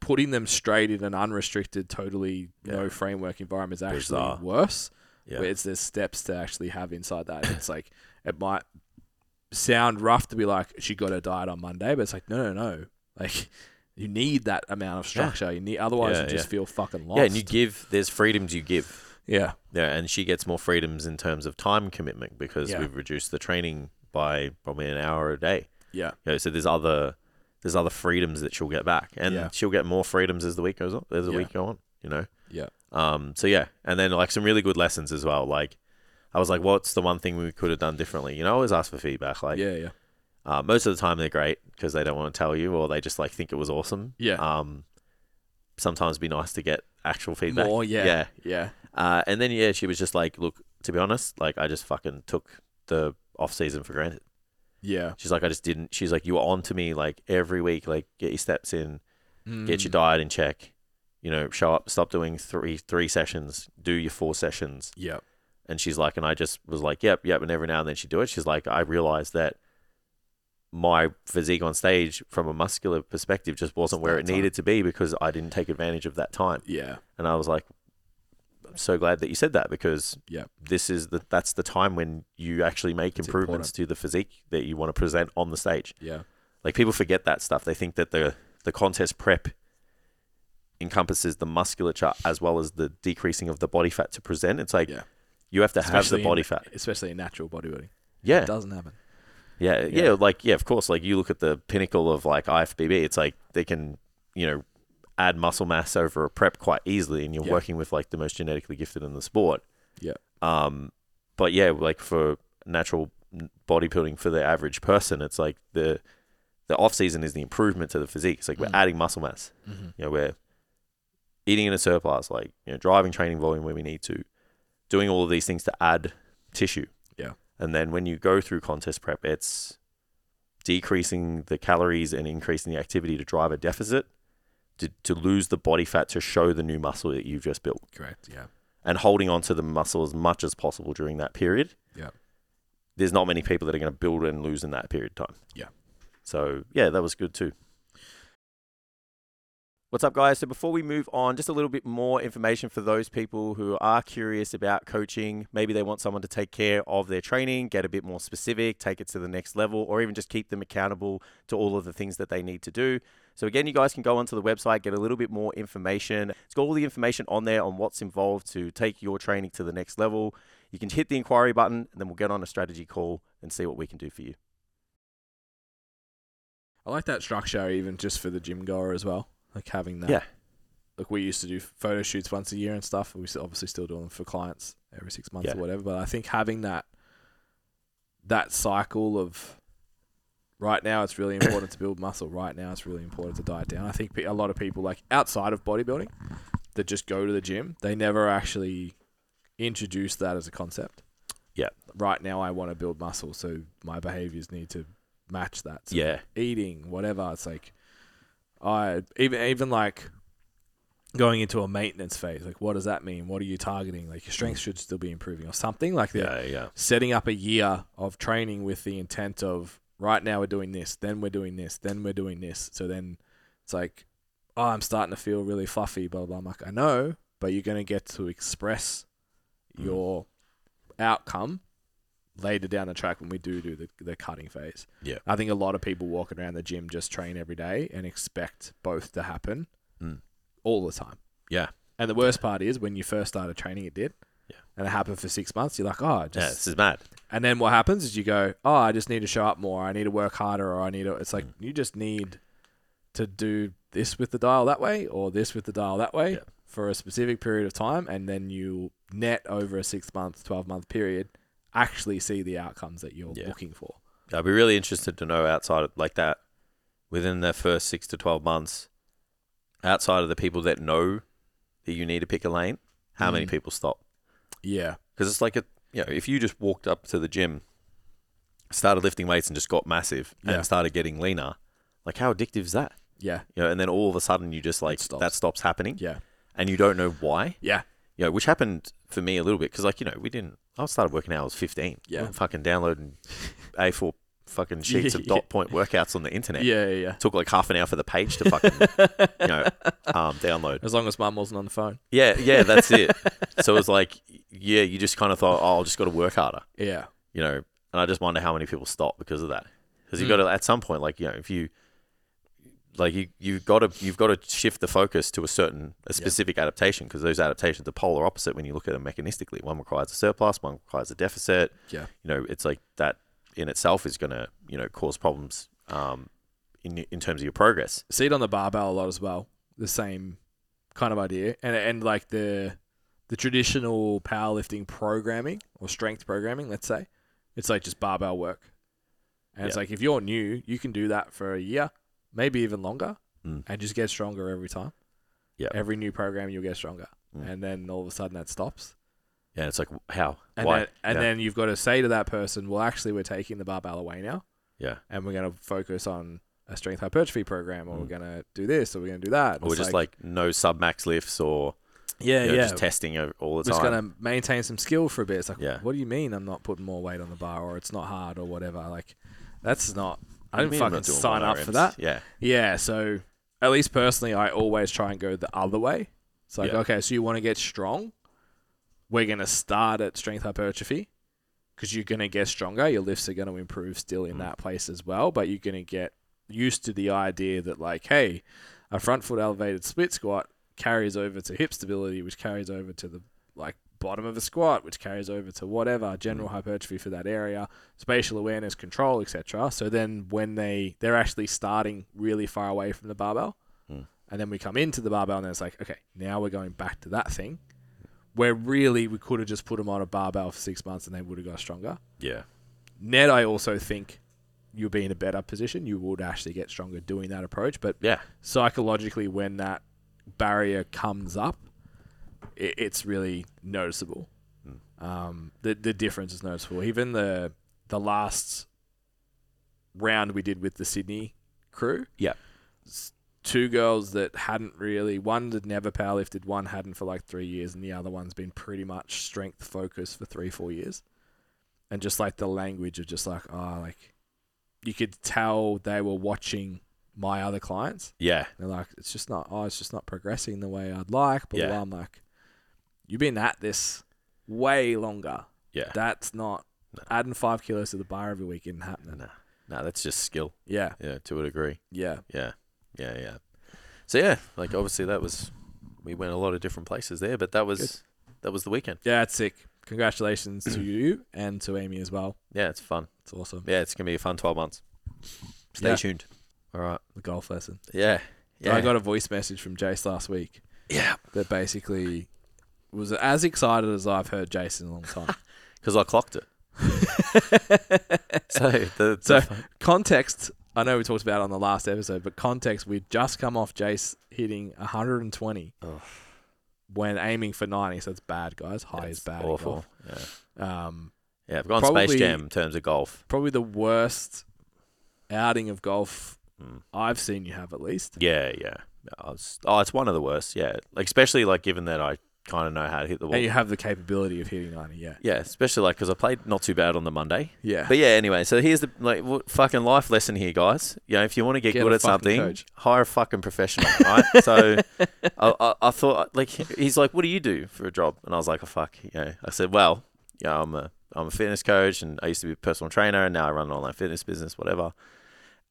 Putting them straight in an unrestricted, totally Yeah. no framework environment is actually Bizarre. worse. yeah. But it's there's steps to actually have inside that. It's like it might sound rough to be like she got her diet on Monday, but it's like no, no, no. Like you need that amount of structure. You need otherwise Yeah, you just yeah. feel fucking lost. yeah, and you give. There's freedoms you give. yeah, Yeah, and she gets more freedoms in terms of time commitment because Yeah. we've reduced the training by probably an hour a day. yeah, You know, so there's other there's other freedoms that she'll get back, and Yeah. she'll get more freedoms as the week goes on. As the Yeah. week go on, you know. Yeah. Um. So yeah, and then like some really good lessons as well. Like, I was like, what's the one thing we could have done differently? You know, I always ask for feedback. Like, yeah, yeah, uh, most of the time they're great because they don't want to tell you, or they just like think it was awesome. yeah. Um. Sometimes it'd be nice to get actual feedback. More, yeah, Yeah. yeah, yeah, Uh, and then yeah, she was just like, "Look, to be honest, like I just fucking took the off season for granted." yeah. She's like, "I just didn't." She's like, "You were on to me like every week, like get your steps in, get your Mm. diet in check, you know, show up, stop doing three three sessions, do your four sessions." Yeah, And she's like, and I just was like, "Yep, yep." And every now and then she'd do it. She's like, "I realized that." My physique on stage, from a muscular perspective, just wasn't It's where not it time. needed to be because I didn't take advantage of that time. yeah, And I was like, I'm so glad that you said that because Yeah. this is the that's the time when you actually make It's improvements to the physique that you want to present on the stage. yeah, Like people forget that stuff. They think that the the contest prep encompasses the musculature as well as the decreasing of the body fat to present. It's like Yeah. you have to Especially have the body in- fat. especially in natural bodybuilding. Uh, Yeah. It doesn't happen. Yeah, yeah, Yeah. like yeah, of course. Like you look at the pinnacle of like IFBB, it's like they can, you know, add muscle mass over a prep quite easily, and you're Yeah. working with like the most genetically gifted in the sport. Yeah. Um, but yeah, like for natural n- bodybuilding for the average person, it's like the the off season is the improvement to the physique. It's like we're Mm. adding muscle mass. Mm-hmm. You know, we're eating in a surplus, like you know, driving training volume when we need to, doing all of these things to add tissue. Yeah. And then when you go through contest prep, it's decreasing the calories and increasing the activity to drive a deficit, to, to lose the body fat to show the new muscle that you've just built, Correct. Yeah. and holding onto the muscle as much as possible during that period. Yeah. There's not many people that are going to build and lose in that period of time. Yeah. So yeah, that was good too. What's up, guys? So, before we move on, just a little bit more information for those people who are curious about coaching. Maybe they want someone to take care of their training, get a bit more specific, take it to the next level, or even just keep them accountable to all of the things that they need to do. So, again, you guys can go onto the website, get a little bit more information. It's got all the information on there on what's involved to take your training to the next level. You can hit the inquiry button, and then we'll get on a strategy call and see what we can do for you. I like that structure even just for the gym goer as well. Like having that. Yeah. Like we used to do photo shoots once a year and stuff. We s- obviously still do them for clients every six months Yeah. or whatever. But I think having that that cycle of right now it's really important to build muscle. Right now it's really important to diet down. I think pe- a lot of people like outside of bodybuilding that just go to the gym, they never actually introduce that as a concept. Yeah. Right now I want to build muscle, so my behaviors need to match that. So Yeah. eating, whatever. It's like I even even like going into a maintenance phase. Like, what does that mean? What are you targeting? Like, your strength should still be improving or something. Like, they're Yeah. setting up a year of training with the intent of right now we're doing this, then we're doing this, then we're doing this. So then it's like, oh, I'm starting to feel really fluffy. Blah blah. I'm like, I know, but you're gonna get to express Mm. your outcome later down the track when we do do the, the cutting phase. Yeah. I think a lot of people walking around the gym just train every day and expect both to happen Mm. all the time. Yeah. And the worst part is when you first started training, it did. Yeah. And it happened for six months. You're like, oh, Yeah. just. This is mad. And then what happens is you go, oh, I just need to show up more. I need to work harder, or I need to. It's Mm. like you just need to do this with the dial that way, or this with the dial that way Yeah. for a specific period of time, and then you net over a six month, twelve month period actually see the outcomes that you're Yeah. looking for. I'd be really interested to know outside of like that, within the first six to twelve months, outside of the people that know that you need to pick a lane, how many Mm. people stop? Yeah. Because it's like a you know, if you just walked up to the gym, started lifting weights and just got massive Yeah. and started getting leaner, like how addictive is that? Yeah. You know, and then all of a sudden you just like stops. that stops happening, *laughs* Yeah. and you don't know why. Yeah. You know, which happened for me a little bit because like you know we didn't. I started working out. I was fifteen. Yeah. I'm fucking downloading A4 *laughs* fucking sheets of Yeah. dot point workouts on the internet. Yeah. Yeah. Took like half an hour for the page to *laughs* fucking yeah. you know um, download. As long as mum wasn't on the phone. Yeah, yeah, that's it. so it was like, yeah, you just kind of thought, oh, I'll just got to work harder. Yeah. you know, and I just wonder how many people stop because of that. Because you got Mm. to at some point, like you know, if you like you you've got to you've got to shift the focus to a certain a specific adaptation because those adaptations are polar opposite when you look at them mechanistically. One requires a surplus, one requires a deficit. Yeah. you know, it's like that in itself is going to you know cause problems um, in in terms of your progress. See it on the barbell a lot as well. The same kind of idea, and and like the the traditional powerlifting programming or strength programming, let's say, it's like just barbell work. And it's Yeah. like if you're new, you can do that for a year, maybe even longer, Mm. and just get stronger every time. Yeah. Every new program, you'll get stronger, Mm. and then all of a sudden that stops. Yeah, it's like how And why then and Yeah. then you've got to say to that person, well, actually, we're taking the barbell away now. Yeah. And we're going to focus on a strength hypertrophy program, or Mm. we're going to do this, or we're going to do that. And or it's just like, no sub max lifts or yeah, you know, yeah. just testing o- all the we're just time. going to maintain some skill for a bit. It's like, Yeah. what do you mean I'm not putting more weight on the bar, or it's not hard, or whatever? Like, that's not. I What do didn't you mean I'm fucking not doing sign up for YRMs? that. Yeah, Yeah, so at least personally, I always try and go the other way. It's like, Yeah. okay, so you want to get strong? We're going to start at strength hypertrophy because you're going to get stronger. Your lifts are going to improve still in Mm. that place as well, but you're going to get used to the idea that, like, hey, a front foot elevated split squat carries over to hip stability, which carries over to the like bottom of a squat, which carries over to whatever general Mm. hypertrophy for that area, spatial awareness, control, etc. So then when they they're actually starting really far away from the barbell, Mm. and then we come into the barbell, and then it's like, okay, now we're going back to that thing. Where really we could have just put them on a barbell for six months and they would have got stronger. yeah. Ned, I also think you'll be in a better position. You would actually get stronger doing that approach, but Yeah. psychologically when that barrier comes up, it, it's really noticeable. Hmm. Um, the the difference is noticeable. Even the the last round we did with the Sydney crew, Yeah. s- two girls that hadn't really one had never powerlifted, one hadn't for like three years, and the other one's been pretty much strength focused for three four years, and just like the language of just like oh like you could tell they were watching my other clients Yeah. they're like, it's just not. Oh, it's just not progressing the way I'd like. But Yeah. I'm like, you've been at this way longer. Yeah. That's not No. adding five kilos to the bar every week isn't happening. Nah, nah, that's just skill. Yeah, Yeah, to a degree. yeah, Yeah, yeah, yeah. So yeah, like obviously that was we went a lot of different places there, but that was that was the weekend. yeah. That's sick. Congratulations to you and to Amy as well. Yeah, it's fun. It's awesome. Yeah, it's gonna be a fun twelve months. Stay Yeah. tuned. All right. The golf lesson. Yeah. Yeah. I got a voice message from Jace last week yeah. that basically was as excited as I've heard Jace in a long time. Because I clocked it. So *laughs* the, So- the- *laughs* context I know we talked about it on the last episode, but context we'd just come off Jace hitting 120 Oh. when aiming for 90, so it's bad, guys. High it's is bad. in Awful. Yeah. golf. Um, Yeah, I've gone Probably- Space Jam in terms of golf. probably the worst outing of golf Mm. I've seen you have, at least. Yeah, yeah. I was, oh, it's one of the worst. Yeah, like, especially like given that I kind of know how to hit the ball. And you have the capability of hitting 90, yeah. Yeah, especially like because I played not too bad on the Monday. Yeah. But yeah, anyway, so here's the like w- fucking life lesson here, guys. You know, if you want to get, Get good a at fucking something, coach. hire a fucking professional, right? *laughs* so I, I, I thought, like, he's like, "What do you do for a job?" And I was like, "Oh fuck," you know. I said, "Well, you know, I'm a I'm a fitness coach, and I used to be a personal trainer, and now I run an online fitness business, whatever."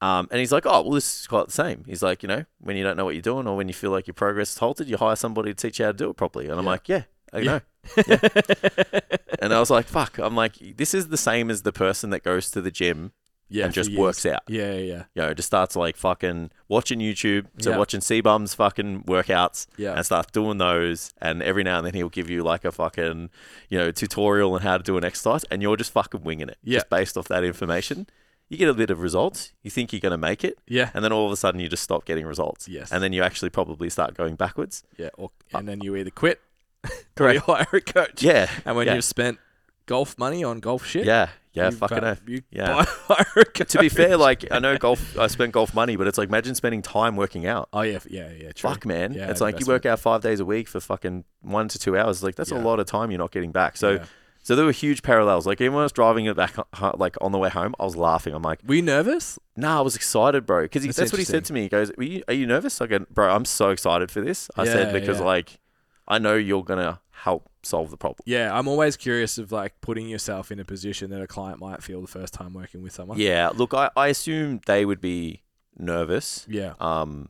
Um, and he's like, "Oh, well, this is quite the same." He's like, "You know, when you don't know what you're doing, or when you feel like your progress is halted, you hire somebody to teach you how to do it properly." And I'm Yeah. like, "Yeah, I know." *laughs* and I was like, fuck. I'm like, this is the same as the person that goes to the gym yeah, and for just years. works out. Yeah, yeah, yeah, You know, just starts like fucking watching YouTube, so Yeah. watching C-Bum's fucking workouts yeah. and starts doing those. And every now and then he'll give you like a fucking, you know, tutorial on how to do an exercise and you're just fucking winging it. Yeah. Just based off that information. You get a bit of results. You think you're going to make it. yeah, And then all of a sudden you just stop getting results. Yes. And then you actually probably start going *laughs* backwards. yeah. Or, and then you either quit, *laughs* or you Correct. hire a coach. Yeah. And when yeah. you've spent golf money on golf shit, Yeah. Yeah. you fucking bu- oath. you Yeah. *laughs* buy- hire a coach. to be *laughs* fair, like I know golf, I spent golf money, but it's like imagine spending time working out. oh yeah, f- yeah, yeah, true. Fuck, man. Yeah, it's like you work out five days a week for fucking one to two hours. Like that's a Yeah. lot of time you're not getting back. So, Yeah. so there were huge parallels. Like even when I was driving it back, ho- like on the way home, I was laughing. I'm like, were you nervous? nah, I was excited, bro. Because that's, That's what he said to me. He goes, "Were you- are you nervous? I go, bro, I'm so excited for this. I said Yeah, because yeah. like I know you're gonna help solve the problem. Yeah, I'm always curious of like putting yourself in a position that a client might feel the first time working with someone. Yeah. Look, I, I assume they would be nervous. yeah, Um,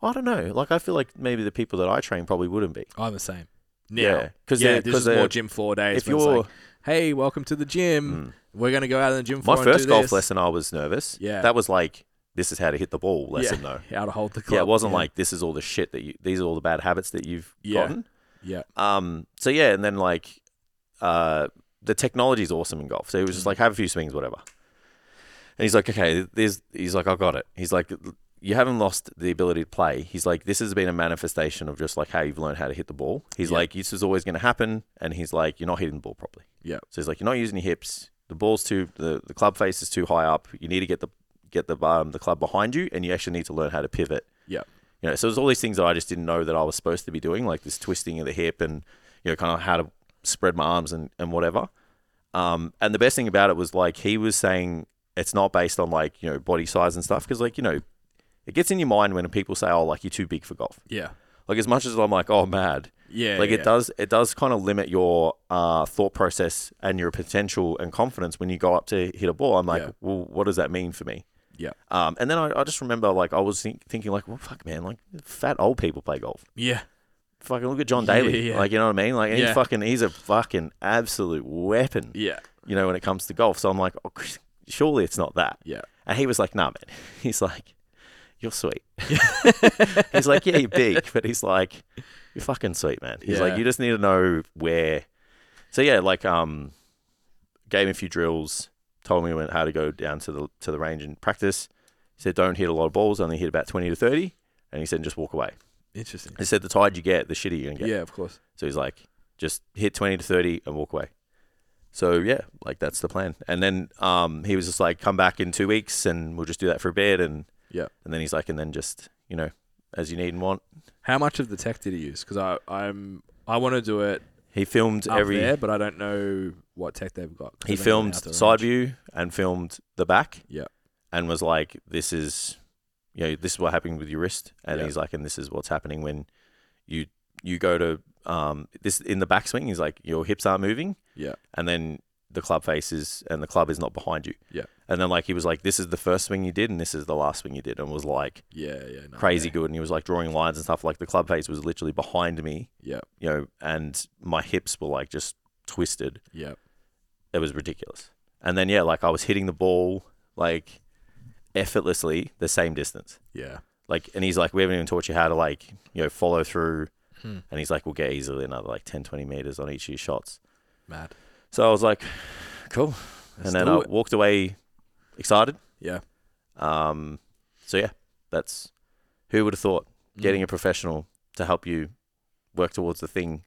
I don't know. Like I feel like maybe the people that I train probably wouldn't be. I'm the same. Now. Yeah, because yeah, this is more gym floor days. If when it's you're like, hey, welcome to the gym. Mm. We're gonna go out in the gym. my floor and do first golf this. lesson, I was nervous. Yeah. that was like this is how to hit the ball lesson though. How to hold the club? Yeah, it wasn't like this is all the shit that you. These are all the bad habits that you've Yeah. gotten. yeah, Um. So yeah, and then like, uh, the technology is awesome in golf. So he was just Mm. like, have a few swings, whatever. And he's like, okay, there's. He's like, I got it. He's like, you haven't lost the ability to play. He's like, this has been a manifestation of just like how you've learned how to hit the ball. He's Yeah. like, this is always going to happen, and he's like, you're not hitting the ball properly. Yeah. So he's like, you're not using your hips. The ball's too. The, the club face is too high up. You need to get the get the um, the club behind you, and you actually need to learn how to pivot. Yeah. You know, so there's all these things that I just didn't know that I was supposed to be doing, like this twisting of the hip and you know, kind of how to spread my arms and and whatever. Um, and the best thing about it was like he was saying it's not based on like you know body size and stuff because like you know it gets in your mind when people say oh like you're too big for golf. yeah, Like as much as I'm like oh mad, yeah. like yeah, it does it does kind of limit your uh, thought process and your potential and confidence when you go up to hit a ball i'm like Yeah. well what does that mean for me Yeah. um, and then I, I just remember like i was think, thinking like well fuck man like fat old people play golf Yeah, fucking look at john Yeah, daly *laughs* yeah. like you know what i mean like and he Yeah. fucking he's a fucking absolute weapon yeah, you know when it comes to golf so i'm like oh, surely it's not that yeah. and he was like nah man *laughs* he's like you're *laughs* sweet *laughs* he's like, yeah, you're big, but he's like, you're fucking sweet, man. He's like, Yeah. you just need to know where. So yeah, like, um, gave me a few drills, told me when how to go down to the to the range and practice. He said, don't hit a lot of balls, only hit about twenty to thirty, and he said, just walk away. Interesting. He said, the tired you get, the shittier you're gonna Yeah. get. of course. So he's like, just hit twenty to thirty and walk away. So yeah, like that's the plan. And then um, he was just like, come back in two weeks, and we'll just do that for a bit, and Yeah. and then he's like, and then just you know, as you need and want. How much of the tech did he use? Because I, I'm, I want to do it He filmed up every. there, but I don't know what tech they've got. 'cause He they're not filmed out the side range. view and filmed the back. Yeah. And was like, "This is, you know, this is what happening with your wrist." And Yeah. he's like, "And this is what's happening when you you go to um this in the backswing." He's like, "Your hips aren't moving." Yeah. And then the club faces and the club is not behind you. Yeah. And then like he was like, "This is the first swing you did, and this is the last swing you did," and was like Yeah, yeah. no, crazy yeah. good. And he was like drawing lines and stuff. Like the club face was literally behind me. Yeah. You know, and my hips were like just twisted Yeah. it was ridiculous. And then yeah, like I was hitting the ball like effortlessly the same distance. Yeah. Like and he's like, We haven't even taught you how to like, you know, follow through Hmm. and he's like, We'll get easily another like 10, 20 meters on each of your shots. Mad. So I was like, Cool. Let's and then do I it. walked away excited. yeah. Um so yeah, that's who would have thought Mm. Hmm, getting a professional to help you work towards the thing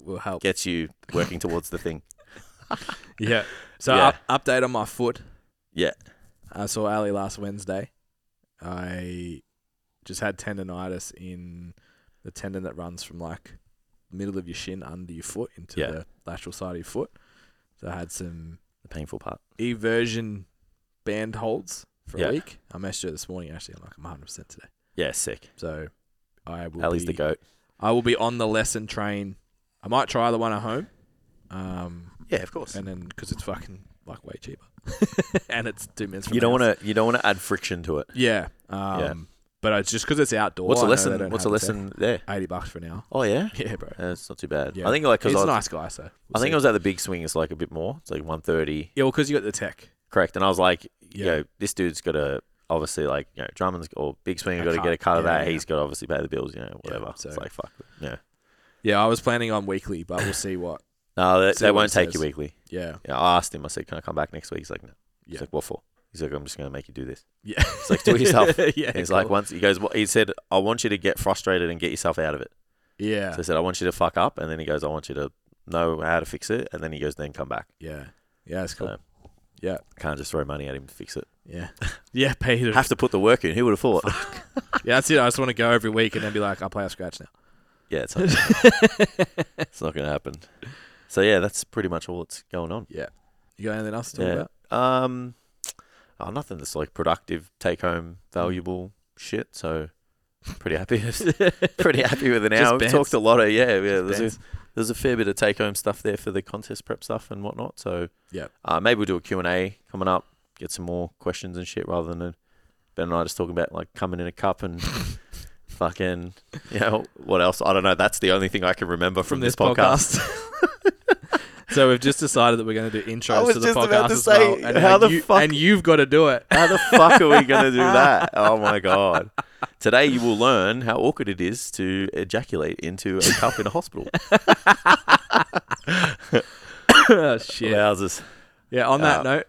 will *laughs* help. gets you working towards the *laughs* thing. Yeah. So Yeah. Up, update on my foot. Yeah. I saw Ali last Wednesday. I just had tendonitis in the tendon that runs from like middle of your shin under your foot into Yeah. the lateral side of your foot. So I had some The painful part. eversion band holds for Yeah. a week. I messaged her this morning actually. I'm like I'm 100 percent today. Yeah, sick. So I will. Ali's be, the goat. I will be on the lesson train. I might try the one at home. Um, Yeah, of course. and then because it's fucking like way cheaper, *laughs* and it's two minutes. From You don't want want to. You don't want to add friction to it. Yeah. Um, But it's just because it's outdoor. What's I a know they lesson? don't What's a have it there. lesson there? Eighty bucks for an hour. *laughs* Oh yeah, Yeah, bro. Uh, it's not too bad. Yeah. I think like He's because I, a was- nice guy, so I think I was at the big swing. It's like a bit more. It's like one thirty. yeah, well, because you got the tech. Correct. And I was like, Yeah. you know, this dude's got to obviously like, you know, Drummond's or Big Swing A got to cut. get a cut of Yeah, that. yeah. He's got to obviously pay the bills, you know, whatever. so- It's like, fuck. Yeah. Yeah, I was planning on weekly, but we'll see what. No, they, See they what won't it take you says. weekly. *laughs* Yeah, Yeah, I asked him, I said, can I come back next week? He's like, no. He's Yeah. like, what for? He's like, I'm just going to make you do *laughs* this. yeah. It's like, do it yourself. *laughs* yeah, And he's like, cool. once he goes, what he said, I want you to get frustrated and get yourself out of it. yeah, So I said, I want you to fuck up. And then he goes, I want you to know how to fix it. And then he goes, then come back. yeah, yeah. It's cool. So- Yeah. Can't just throw money at him to fix it. Yeah, *laughs* yeah. Pay to Have to put the work in. Who would have *laughs* thought? Yeah, that's it. I just want to go every week and then be like, I'll play off scratch now. yeah, it's not, *laughs* it's not going to happen. So yeah, that's pretty much all that's going on. You got anything else to talk Yeah. about? Um, oh, nothing that's like productive, take home, valuable shit. So pretty happy. *laughs* pretty happy with an Just hour. We bends. talked a lot of yeah, yeah. Just There's a, there's a fair bit of take home stuff there for the contest prep stuff and whatnot. So Yep. uh, maybe we'll do a Q and A coming up. Get some more questions and shit rather than a, Ben and I just talking about like coming in a cup and. Fucking, you know, what else? I don't know. That's the only thing I can remember from, this, podcast. *laughs* so we've just decided that we're going to do I intros was to the just podcast about to as say, well. And, how how the you, fuck- and you've got to *laughs* do it. How the fuck are we going to do that? Oh my God. Today you will learn how awkward it is to ejaculate into a cup in a hospital. oh, shit. Wowzers. Yeah, on that Uh, note,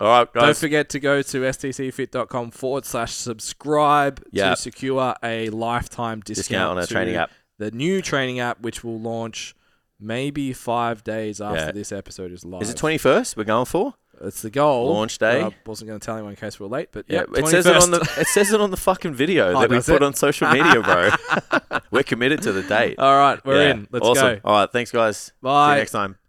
All right, don't guys. forget to go to stcfit.com forward slash subscribe Yeah. to secure a lifetime discount, Discount on our to training app. The new training app, which will launch maybe five days after Yeah. this episode is live. Is it 21st we're going for? It's the goal. Launch day. I wasn't going to tell anyone in case we are late, but Yeah, yeah, it says it on the it says it on the fucking video Oh, that we does put it? on social media, bro. *laughs* we're committed to the date. All right, we're Yeah. in. Let's awesome. go. All right, thanks guys. See Bye. you next time.